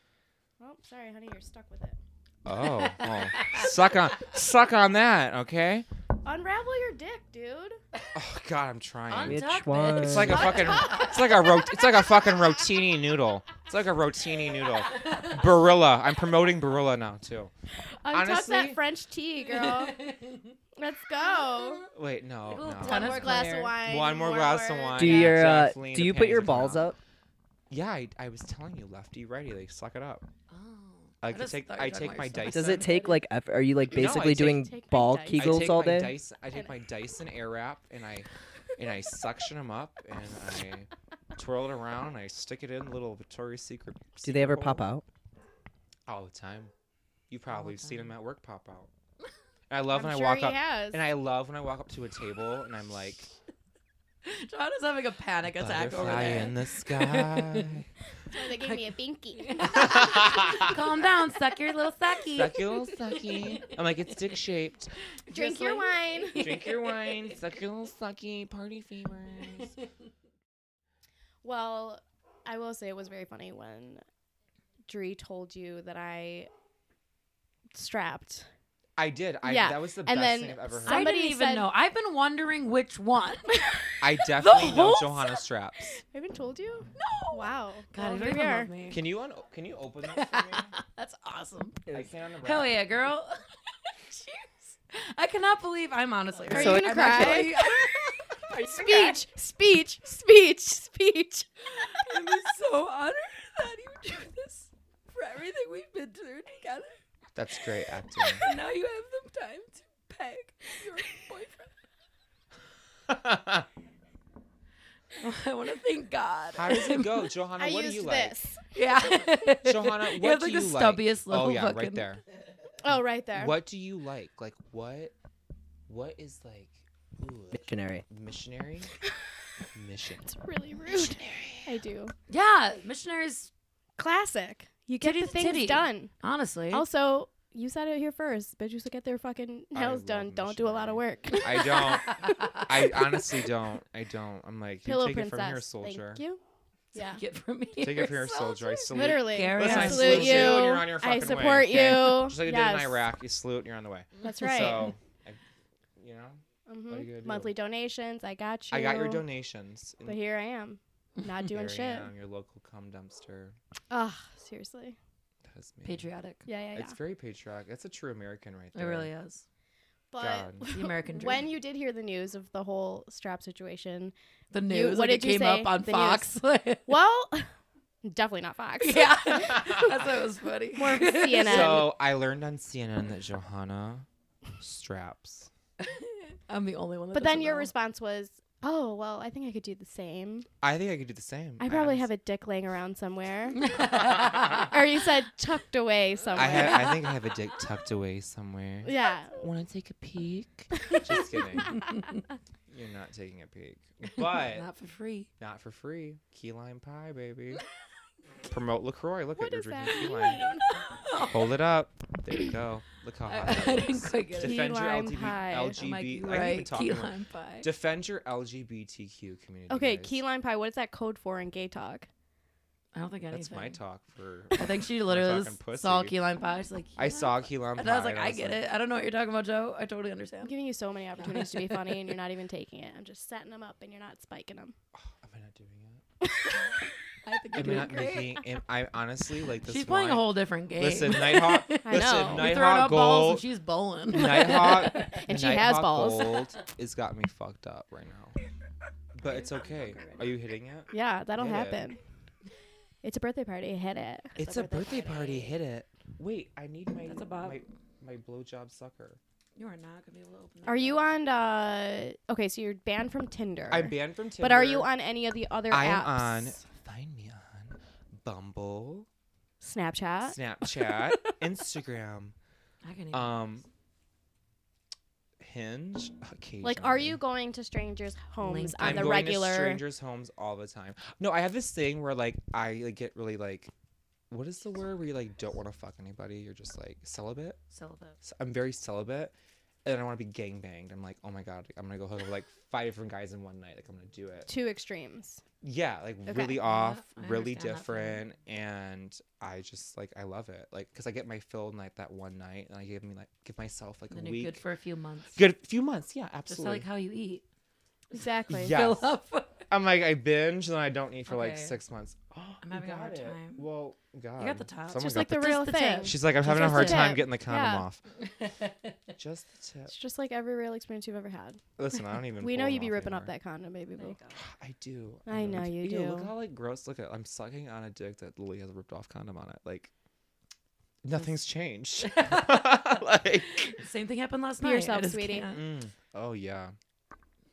S1: Well, sorry, honey, you're stuck with it.
S3: Oh, well, suck on, suck on that, okay?
S1: Unravel your dick, dude.
S3: Oh God, I'm trying.
S2: Un-
S4: which
S2: Untuck it.
S4: one?
S3: it's like a fucking, it's like a ro- it's like a fucking rotini noodle. It's like a rotini noodle. Barilla. I'm promoting Barilla now too.
S1: Untuck
S3: Honestly-
S1: that French tea, girl. Let's
S2: Oh.
S1: go.
S3: Wait, no,
S2: Little
S3: no.
S1: One
S2: Tennis
S1: more glass
S2: player.
S1: of wine.
S3: One more glass of
S1: work.
S3: wine.
S4: do
S3: Yeah,
S4: your uh,
S3: Jacqueline,
S4: do
S3: the
S4: you put
S3: panties
S4: your
S3: are coming
S4: balls up?
S3: Yeah, I, I was telling you, lefty, righty, like suck it up.
S2: Oh.
S3: I could
S2: just
S3: take-
S2: thought you were
S3: I
S2: talking
S3: take
S2: about
S3: my
S2: yourself.
S3: Dyson.
S4: Does it take like eff- are you like
S3: No, I
S4: basically
S3: take-
S4: doing
S1: Take my
S4: ball
S1: Dyson.
S3: I
S4: kegels
S3: take
S4: all
S3: my
S4: day?
S3: Dyson, I take my Dyson Airwrap and I and I suction them up and I twirl it around and I stick it in little Victoria's Secret.
S4: Do they ever pop
S3: out?
S4: out?
S3: All the time. You
S2: All the
S3: probably seen them
S2: time.
S3: at work pop out. And I love
S1: I'm
S3: when
S1: sure
S3: I walk
S1: he
S3: up
S1: has.
S3: and I love when I walk up to a table and I'm like
S2: John is having a panic attack over
S3: butterfly
S2: there.
S3: in the sky.
S1: So they gave me a binky.
S2: Calm down, suck your little sucky.
S3: Suck your little sucky. I'm like, it's dick shaped.
S1: Drink your wine.
S3: Drink your wine, suck your little sucky, party favors.
S1: Well, I will say it was very funny when Dree told you that I strapped.
S3: I did. I
S1: Yeah,
S3: that was the
S1: and
S3: best
S1: then
S3: thing I've ever heard.
S1: some-
S2: I
S1: Somebody
S2: didn't even
S1: said-
S2: know. I've been wondering which one.
S3: I definitely know
S2: whole
S3: Johanna straps.
S1: I haven't told you?
S2: no.
S1: Wow.
S2: God,
S1: Well,
S2: you
S1: here we
S2: even
S1: are.
S2: love me.
S3: Can you un- can you open that for me?
S2: That's awesome.
S3: I can't unwrap.
S2: Hell yeah, girl. Cheers. I cannot believe I'm honestly.
S1: Are
S4: So-
S1: you gonna
S2: I'm
S1: cry?
S2: actually-
S1: Speech, speech, speech, speech.
S2: I'm so honored that you do this for everything we've been through together.
S3: That's great acting.
S2: And now you have the time to peg your boyfriend. I want to thank God.
S3: How does it go, Johanna?
S1: I
S3: what do
S1: used
S3: you like?
S1: this.
S2: Yeah.
S3: Johanna, what
S2: you have,
S3: do
S2: like
S3: you
S2: the
S3: like?
S2: stubbiest little
S3: Oh yeah, right
S2: fucking-
S3: there.
S1: Oh, right there.
S3: What do you like? Like what? What is like? Ooh, like
S4: Missionary.
S3: missionary. Mission.
S1: It's really rude. I do.
S2: Yeah, missionaries.
S1: Classic. You get
S2: Titty
S1: the
S2: to
S1: things
S2: titty.
S1: done.
S2: Honestly,
S1: Also, you said it here first. Bitches that get their fucking
S3: I
S1: nails
S3: love
S1: done don't do a lot of work.
S3: I don't. I honestly don't. I don't. I'm like, you
S1: Pillow
S3: take
S1: princess.
S3: it from here, soldier.
S1: Thank you. Yeah.
S2: Take it from me.
S3: Take it from here, soldier. I salute.
S1: Literally.
S2: Gary,
S1: I
S2: I
S1: salute
S2: salute
S1: you.
S3: you when you're on your
S1: I
S3: fucking way,
S1: support you.
S3: okay? Just like I
S1: yes.
S3: did in Iraq, you salute and you're on the way.
S1: That's right.
S3: So, I, you know,
S1: Mhm.
S3: what are you gonna do?
S1: Monthly donations. I got you.
S3: I got your donations. and
S1: But here I am, not doing
S3: here I
S1: shit.
S3: am, your local cum dumpster.
S1: Ugh, seriously.
S3: That is me.
S2: Patriotic.
S1: Yeah, yeah, yeah.
S3: It's very patriotic. That's a true American right
S2: It
S3: there.
S2: really is.
S1: but
S3: God.
S2: The American dream.
S1: when you did hear the news of the whole strap situation,
S2: the news,
S1: what
S2: like it
S1: did you
S2: came up
S1: say?
S2: on
S1: The
S2: Fox.
S1: well, definitely not Fox.
S2: yeah, that's what was funny.
S1: More of a CNN.
S3: So I learned on CNN that Johanna straps.
S2: I'm the only one. That
S1: But then
S2: doesn't
S1: your
S2: know.
S1: response was, "Oh, well, I think I could do the same.
S3: I think I could do the same.
S1: I probably have a dick laying around somewhere."
S2: I
S1: or you said tucked away somewhere.
S3: I, ha- I think I have a dick tucked away somewhere.
S1: yeah.
S3: Want to take a peek? Just kidding. You're not taking a peek, but
S2: not for free.
S3: not for free. Key lime pie, baby. Promote Lacroix. Look
S1: What
S3: at you're
S1: is that?
S3: drinking key lime. Hold it up. There you go. Look how hot
S2: I,
S3: that
S2: I
S3: looks.
S2: didn't quite get it.
S1: Key
S3: Defend your
S1: lime
S3: LGB,
S1: pie. I'm
S2: I'm like,
S3: LGBT.
S2: you're
S3: I can't even
S2: right,
S3: talk
S2: key
S3: anymore.
S2: lime pie.
S3: Defend your LGBTQ community.
S1: Okay,
S3: guys.
S1: key lime pie. What is that code for in gay talk?
S2: I don't think anything.
S3: That's my talk for.
S2: I think she literally
S3: fucking
S2: just saw
S3: pussy.
S2: key lime pie. She's
S3: I
S2: like, "Key lime
S3: saw key lime
S2: And
S3: pie.
S2: I was like, I get it. I don't know what you're talking about, Joe. I totally
S1: I'm
S2: understand.
S1: giving you so many opportunities to be funny, and you're not even taking it. I'm just setting them up, and you're not spiking them.
S3: Am I not doing it?
S2: I think
S3: Am I not making? Am I honestly like this?
S2: She's playing
S3: wine-
S2: a whole different game.
S3: Listen, Nighthawk.
S1: I know. You're
S3: listen,
S2: You're throwing
S3: Nighthawk
S2: up balls and
S3: Gold.
S2: she's bowling.
S3: Nighthawk.
S1: And she has
S3: Nighthawk
S1: balls.
S3: Gold has got me fucked up right now. But it's okay. Are you hitting it?
S1: Yeah, that'll
S3: Hit it.
S1: happen. It's a birthday party. Hit it.
S3: It's a birthday party. Hit it. Wait, I need my
S2: That's a bop.
S3: my my blowjob sucker.
S2: you are not gonna be able to open.
S1: Are you on? uh Okay, so you're banned from Tinder.
S3: I'm banned from Tinder.
S1: But are you on any of the other
S3: I
S1: apps?
S3: am on. Find me on Bumble,
S1: Snapchat.
S3: Snapchat, Instagram,
S2: I can
S3: um, Hinge. Occasionally.
S1: Like, are you going to strangers' homes
S2: Link.
S1: on
S3: I'm
S1: the
S3: going to
S1: regular?
S3: strangers' homes all the time. No, I have this thing where like I like, get really like, what is the word where you like don't want to fuck anybody? You're just like celibate.
S2: celibate.
S3: So I'm very celibate, and I want to be gang banged. I'm like, oh my god, I'm gonna go hook up with like five different guys in one night. Like I'm gonna do it.
S1: Two extremes.
S3: Yeah, like
S1: Okay.
S3: really off,
S2: I
S3: really
S2: understand that feeling.
S3: different, and I just like I love it. Like because I get my fill in like that one night, and I give me like give myself like
S2: And
S3: a
S2: then
S3: week,
S2: you're
S3: good,
S2: good for a few months.
S3: few months. Yeah,
S2: Just like
S3: absolutely.
S2: how you eat.
S1: Exactly.
S3: Yeah. Yes.
S2: Fill up.
S3: I'm like I binge and I don't eat for like
S2: Okay.
S3: six months.
S2: I'm
S3: You
S2: having a
S3: got
S2: hard
S3: it.
S2: time.
S3: Well, Oh God,
S2: the top.
S3: someone
S1: just
S3: got
S1: like the,
S2: the-
S1: real
S2: Just the
S1: thing.
S2: tip.
S3: She's like, I'm having a
S1: just
S3: hard
S1: the
S3: time
S1: tip.
S3: getting the condom
S1: Yeah.
S3: off. Just the tip.
S1: It's just like every real experience you've ever had.
S3: Listen, I don't even.
S1: We
S3: pull
S1: know
S3: them
S1: you be
S3: off
S1: ripping up
S3: anymore.
S1: that condom, baby boo.
S3: I do.
S1: I know you
S3: Ew, Look
S1: do.
S3: how like gross. Look at. I'm sucking on a dick that Lily has a ripped off condom on it. Like nothing's changed. like.
S2: Same thing happened last
S1: Be
S2: night. I
S1: yourself,
S2: just
S1: sweetie.
S2: can't.
S3: Mm. Oh yeah.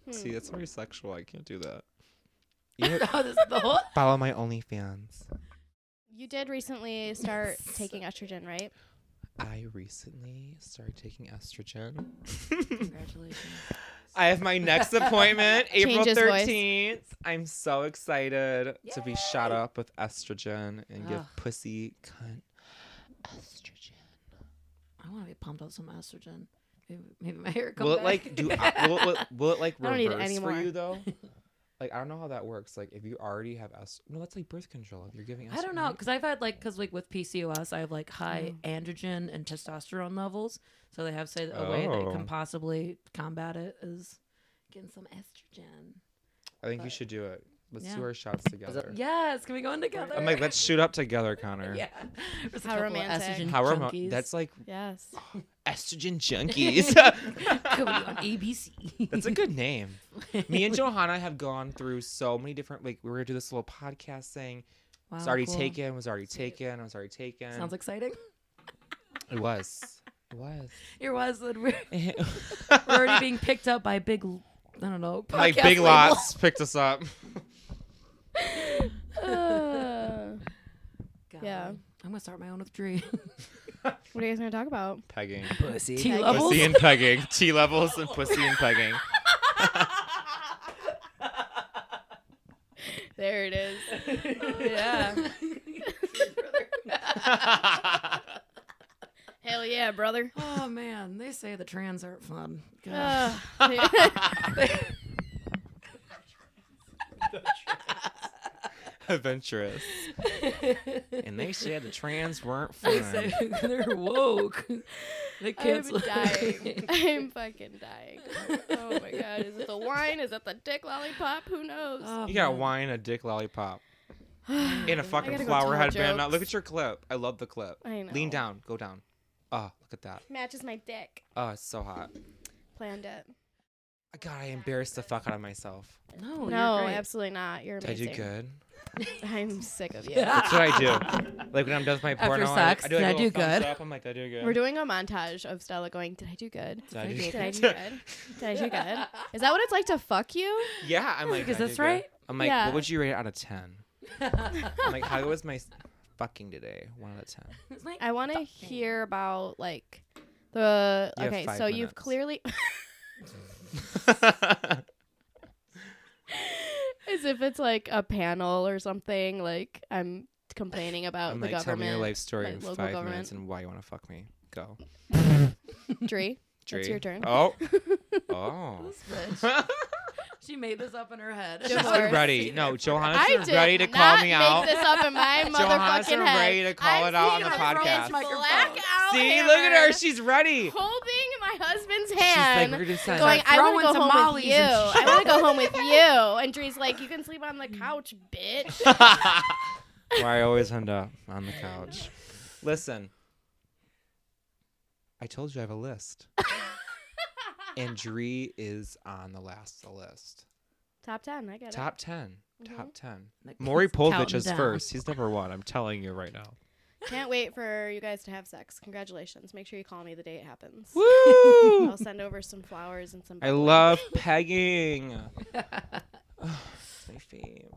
S1: Hmm.
S3: See, that's very sexual. I can't do that. You know-
S2: Oh, this, the whole
S3: follow my OnlyFans.
S1: You did recently start
S2: Yes.
S1: taking estrogen, right?
S3: I recently started taking estrogen.
S2: Congratulations.
S3: I have my next appointment, April
S1: Change his voice.
S3: 13th. I'm so excited to be shot
S2: Yay.
S3: up with estrogen and give
S2: Ugh.
S3: pussy cunt estrogen.
S2: I want to be pumped up some estrogen. Maybe, maybe my hair comes
S3: will it like do I- will, it, will, it- will it like
S1: I don't need it
S3: reverse for
S1: anymore.
S3: you though? Like I don't know how that works. Like if you already have S, no, that's like birth control. If you're giving,
S2: I don't
S3: estrogen,
S2: know
S3: right? Mm.
S2: because I've had like because like with PCOS I have like high androgen and testosterone levels, so they have said a way that
S3: Oh.
S2: can possibly combat it is getting some estrogen.
S3: I think you
S2: but-
S3: should do it. Let's do
S2: Yeah.
S3: our shots together.
S2: Yes, can we go in together?
S3: I'm like, let's shoot up together, Connor.
S2: yeah. There's a
S1: How
S2: couple of
S1: romantic.
S2: Estrogen
S3: How remote?
S2: junkies.
S3: That's like
S1: Yes.
S3: estrogen junkies.
S2: Could be on ABC.
S3: that's a good name. Me and Johanna have gone through so many different. Like we were gonna do this little podcast thing.
S2: wow,
S3: It's already
S2: Oh, cool.
S3: taken. Was already taken. Was already taken.
S2: Sounds exciting.
S3: it was. It was.
S2: It was. that We're we're
S3: We're
S2: already being picked up by big. I don't know.
S3: like
S2: podcast
S3: Big
S2: label.
S3: Lots picked us up.
S1: Uh,
S2: God.
S1: Yeah.
S2: I'm gonna start my own with Dree.
S1: what are you guys gonna talk about?
S3: Pegging.
S4: Pussy.
S2: T
S1: Pegging.
S2: levels.
S3: Pussy and pegging. T levels and pussy and pegging.
S1: There it is.
S2: yeah.
S1: Hell yeah. Yeah, brother.
S2: Oh man, they say the trans aren't fun. God.
S1: Ugh.
S3: Adventurous. And they said the trans weren't
S2: They
S3: fun.
S2: say they're woke. They
S1: I'm
S2: cancel.
S1: dying. I'm fucking dying. Oh my god, is it the wine? Is it the dick lollipop? Who knows?
S2: Oh,
S3: You got
S2: man.
S3: wine, a dick lollipop, and a fucking
S1: gotta go
S3: flower
S1: tell
S3: headband. Now look
S1: jokes.
S3: at your clip. I love the clip.
S1: I know.
S3: Lean down. Go down. Oh, look at that.
S1: Matches my dick.
S3: Oh, it's so hot.
S1: Planned it.
S3: God, I embarrassed the fuck out of myself.
S2: No, you're
S1: no,
S2: great.
S1: absolutely not. You're
S3: Did I do
S1: amazing.
S3: good?
S1: I'm sick of you.
S3: That's what I do. Like when I'm done with my porno, I-
S2: sex,
S3: I do, like,
S2: did I
S3: a little
S2: do
S3: thumbs
S2: good?
S3: Up. I'm like, did I do good?
S1: We're doing a montage of Stella going, Did I do good?
S3: Did I do
S1: Did
S3: good?
S1: I do good? Did I do good? Is that what it's like to fuck you?
S3: Yeah, I'm like,
S2: Is
S3: "Did I
S2: this
S3: do good?"
S2: right?
S3: I'm like,
S1: Yeah.
S3: what would you rate it out of ten? I'm like, how was my s- fucking today? One out of ten.
S2: It's like-
S1: I want to hear about like the
S3: You have
S1: okay.
S3: five
S1: So you've
S3: minutes.
S1: clearly as if it's like a panel or something. Like I'm complaining about
S3: I'm
S1: the
S3: like, tell
S1: government.
S3: me your life story
S1: like,
S3: in
S1: local
S3: five
S1: government.
S3: minutes and why you want to fuck me. Go.
S1: Dree,
S3: Dree.
S1: it's your turn.
S3: Oh. Oh.
S2: This bitch. she made this up in her head.
S1: She's
S3: She's
S1: Divorce.
S3: like ready. No, Johanna's
S1: I
S3: is
S1: did
S3: ready to
S1: not
S3: call me
S1: make
S3: out.
S1: this up in my
S3: Johanna's
S1: motherfucking head.
S3: ready to call
S1: I'm
S3: it out on
S1: seeing
S3: the
S1: her fucking
S3: podcast.
S1: blackout
S3: See, look at her.
S1: hammer.
S3: She's ready.
S1: holding my husband's
S3: She's like,
S1: hand.
S3: we're just done.
S1: going,
S2: Start
S1: I want
S2: throwing
S1: to go home with
S2: tamales
S1: you.
S2: and
S1: I
S2: shit."
S1: want to go home with you. And Dree's like, you can sleep on the couch, bitch.
S3: Why I always end up on the couch. Listen, I told you I have a list. and Dree is on the last of the list.
S1: Top ten, I get it. Mm-hmm.
S3: Top 10. Top 10.
S2: Like,
S3: Maury
S2: count 'em
S3: Povich is
S2: down.
S3: first. He's number one. I'm telling you right now.
S1: Can't wait for you guys to have sex. Congratulations. Make sure you call me the day it happens.
S3: Woo!
S1: I'll send over some flowers and some.
S3: I love pegging. It's my fave.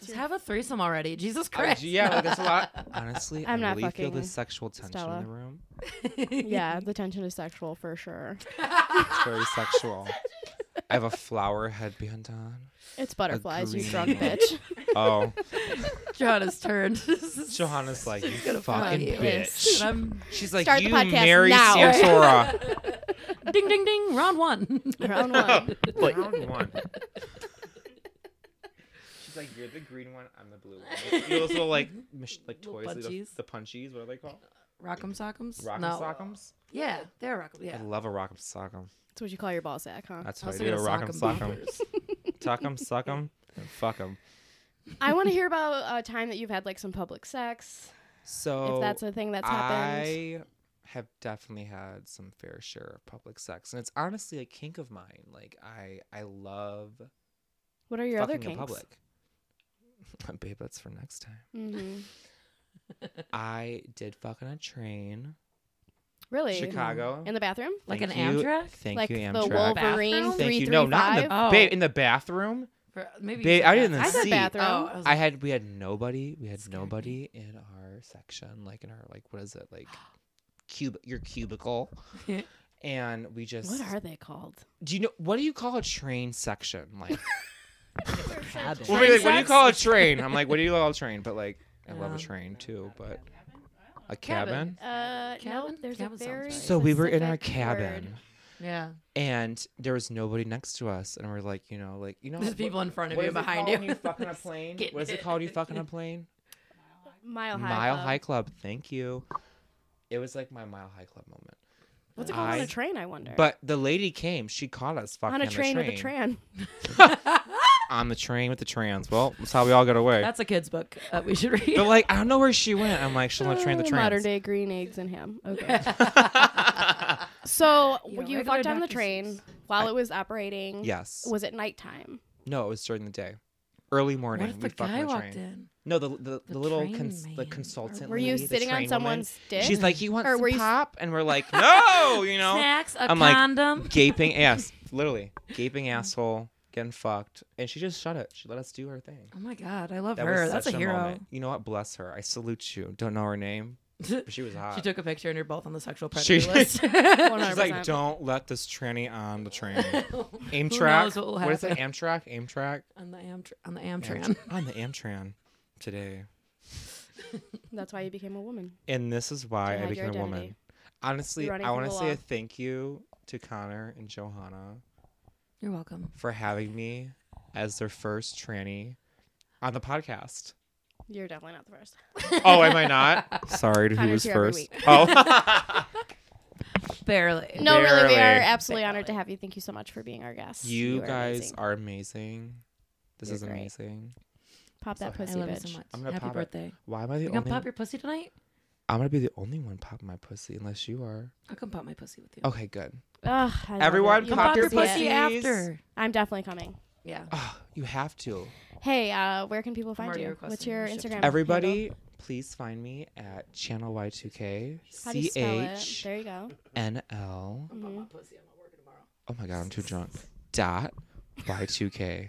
S2: Just have a threesome already. Jesus
S3: I-
S2: Christ.
S3: yeah, like, there's a lot. Honestly,
S1: I'm
S3: I
S1: not
S3: really feel
S1: fucking
S3: the sexual tension
S1: Stella.
S3: in the room.
S1: Yeah, the tension is sexual for sure.
S3: It's very sexual. I have a flower headband on.
S1: It's butterflies, you drunk
S3: Agreed.
S1: bitch.
S3: Oh,
S2: Johanna's turned. This is
S3: Johanna's like, you
S2: fucking
S3: fucking
S2: pissed.
S3: bitch.
S2: And
S3: She's like,
S1: Start the
S3: you
S1: podcast
S3: marry
S1: now."
S3: Santora.
S2: I'm ding ding ding. Round one.
S1: Round one.
S3: Round one. She's like, you're the green one, I'm the blue one. You know those little like, mach- like
S2: Little
S3: toys, like, the,
S2: punchies.
S3: the punchies, what are they called?
S2: Rock'em sock'ems.
S3: Rock'em
S2: no.
S3: sock'ems?
S2: Yeah, they're rock'em. Yeah.
S3: I love a rock'em sock'em.
S1: That's what you call your ball sack, huh?
S3: That's
S2: I
S3: how I
S2: was
S3: do a
S2: thinking of
S3: rock'em sock'em.
S2: boppers.
S3: Tuck'em, suck'em, and fuck'em.
S1: I want to hear about a time that you've had like some public sex,
S3: So
S1: if that's a thing that's happened.
S3: Oh, I have definitely had some fair share of public sex, and it's honestly a kink of mine. Like I, I love
S1: What are your other
S3: fucking in
S1: kinks?
S3: public. Babe, that's for next time.
S1: hmm
S3: I did fuck on a train,
S1: Really?
S3: Chicago.
S1: In the bathroom?
S2: Like
S3: Thank
S2: an
S3: you-
S2: Amtrak?
S3: Thank
S1: like
S3: you,
S1: the
S3: Amtrak.
S1: Wolverine
S2: Bathroom?
S1: three
S3: Thank
S1: three
S3: you.
S1: five.
S3: No, not in the
S2: Oh.
S3: babe in the bathroom.
S2: For- Maybe.
S3: Babe,
S2: you
S3: I
S2: said
S3: didn't
S2: that.
S1: I said
S3: See,
S1: bathroom.
S2: Oh, I was
S3: I
S2: like,
S3: had we had nobody. We had
S2: Scared me.
S3: nobody in our section, like in our like what is it like, cub your cubicle, and we just
S1: what are they called?
S3: do you know what do you call a train section like?
S2: Habit.
S3: Well, maybe, like, what do you
S2: Train
S3: call a train? I'm like, what do you call a train? But like, I love a
S2: Yeah.
S3: train too, but a cabin.
S1: Uh, no,
S2: Cabin?
S1: there's
S2: Cabin
S1: a
S2: sounds
S1: very
S2: right.
S3: So we were in our
S1: specific
S3: cabin,
S1: word.
S2: Yeah.
S3: and there was nobody next to us, and we're like, you know, like you know,
S2: There's
S3: what-
S2: people in front of
S3: what
S2: you,
S3: is it
S2: behind
S3: called
S2: you.
S3: when you fuck on a plane.
S2: Getting
S3: what is it
S2: it.
S3: called? when You fuck on a plane?
S1: Mile high.
S3: mile
S1: Club.
S3: High Club. Thank you. It was like my Mile High Club moment.
S1: What's it called on
S3: I-
S1: a train? I wonder.
S3: But the lady came. She caught us fucking
S1: on a train, with a
S3: train.
S1: tran.
S3: On the train with the trans. Well, that's how we all got away.
S2: That's a kid's book that we should read.
S3: but like, I don't know where she went. I'm like, she'll not train the
S1: Oh,
S3: trans.
S1: Modern day green eggs and ham. Okay. so
S2: You know,
S1: you
S2: regular
S1: fucked on the
S2: Dr.
S1: train while it was operating.
S3: Yes.
S1: Was it nighttime?
S3: No, it was during the day, early morning.
S2: what if
S3: we
S2: the
S3: fucked on
S2: guy
S3: the
S2: walked
S3: train.
S2: in?
S3: No, the the, the,
S2: The
S3: little
S2: train
S3: cons- the
S2: man.
S3: consultant.
S1: Were you
S3: lady, the
S1: sitting on
S3: train woman,
S1: someone's dick?
S3: She's like, "You want
S1: Or
S3: some
S1: were you s-
S3: pop?" And we're like, "No," you know.
S2: Snacks, a
S3: I'm like-
S2: condom.
S3: gaping ass, literally gaping asshole, getting fucked, and she just shut it. She let us do her thing.
S2: oh my god, I love
S3: That
S2: her.
S3: was
S2: That's a
S3: such
S2: hero.
S3: moment. You know what? Bless her. I salute you. Don't know her name, but she was hot.
S2: She took a picture and you're both on the sexual predator
S3: She- She's
S2: list.
S1: 100%.
S3: like, "Don't let this tranny on the train." Amtrak.
S2: knows what will
S3: what is that? Amtrak. Amtrak.
S2: on the Amtr- on the Amtran.
S3: Amt- on the Amtran today.
S1: That's why you became a woman.
S3: And this is
S1: To
S3: why I
S1: hide your
S3: became a
S1: identity.
S3: woman. Honestly,
S1: running
S3: I want to
S1: people
S3: say a
S1: off.
S3: thank you to Connor and Johanna
S2: You're welcome.
S3: for having me as their first tranny on the podcast.
S1: You're definitely not the first.
S3: Oh, am I not? Sorry to who
S1: Connor's
S3: was
S1: here every
S3: first.
S1: week.
S3: Oh,
S2: Barely.
S1: No, really, we are
S3: Barely.
S1: absolutely honored to
S2: Barely.
S1: have you. Thank you so much for being our guest.
S3: you
S1: are
S3: guys
S1: amazing.
S3: are amazing. This
S1: You're
S3: is
S1: great.
S3: amazing.
S1: pop that
S2: I
S1: pussy,
S2: love you
S1: bitch.
S2: so much.
S3: I'm gonna
S2: Happy
S3: pop it.
S2: birthday.
S3: Why am I the
S2: You
S3: only?
S2: gonna pop your pussy tonight?
S3: I'm gonna be the only one popping my pussy unless you are.
S2: I'll come pop my pussy with you.
S3: Okay, good.
S1: Ugh, I love
S3: Everyone
S1: it.
S2: You
S1: You'll
S3: pop
S2: pop
S3: your
S2: your pussy
S3: pussies.
S2: after.
S1: I'm definitely coming.
S2: Yeah.
S3: Oh, you have to.
S1: Hey, uh, where can people find
S2: already
S1: you?
S2: requesting
S1: What's your
S2: your ship
S1: Instagram?
S2: tomorrow.
S3: Everybody, please find me at channel Y2K
S1: handle? How do you
S3: C
S1: spell it?
S3: H
S1: There you go.
S3: N L.
S2: I'll pop my pussy. I'm not working tomorrow.
S3: Oh my god, I'm too drunk. Dot Y2K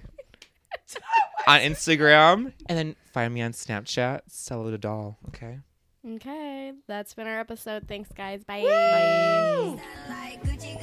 S3: on Instagram, and then find me on Snapchat, Stella the doll. Okay.
S1: Okay, that's been our episode. Thanks, guys. Bye.
S2: Bye.
S5: like Gucci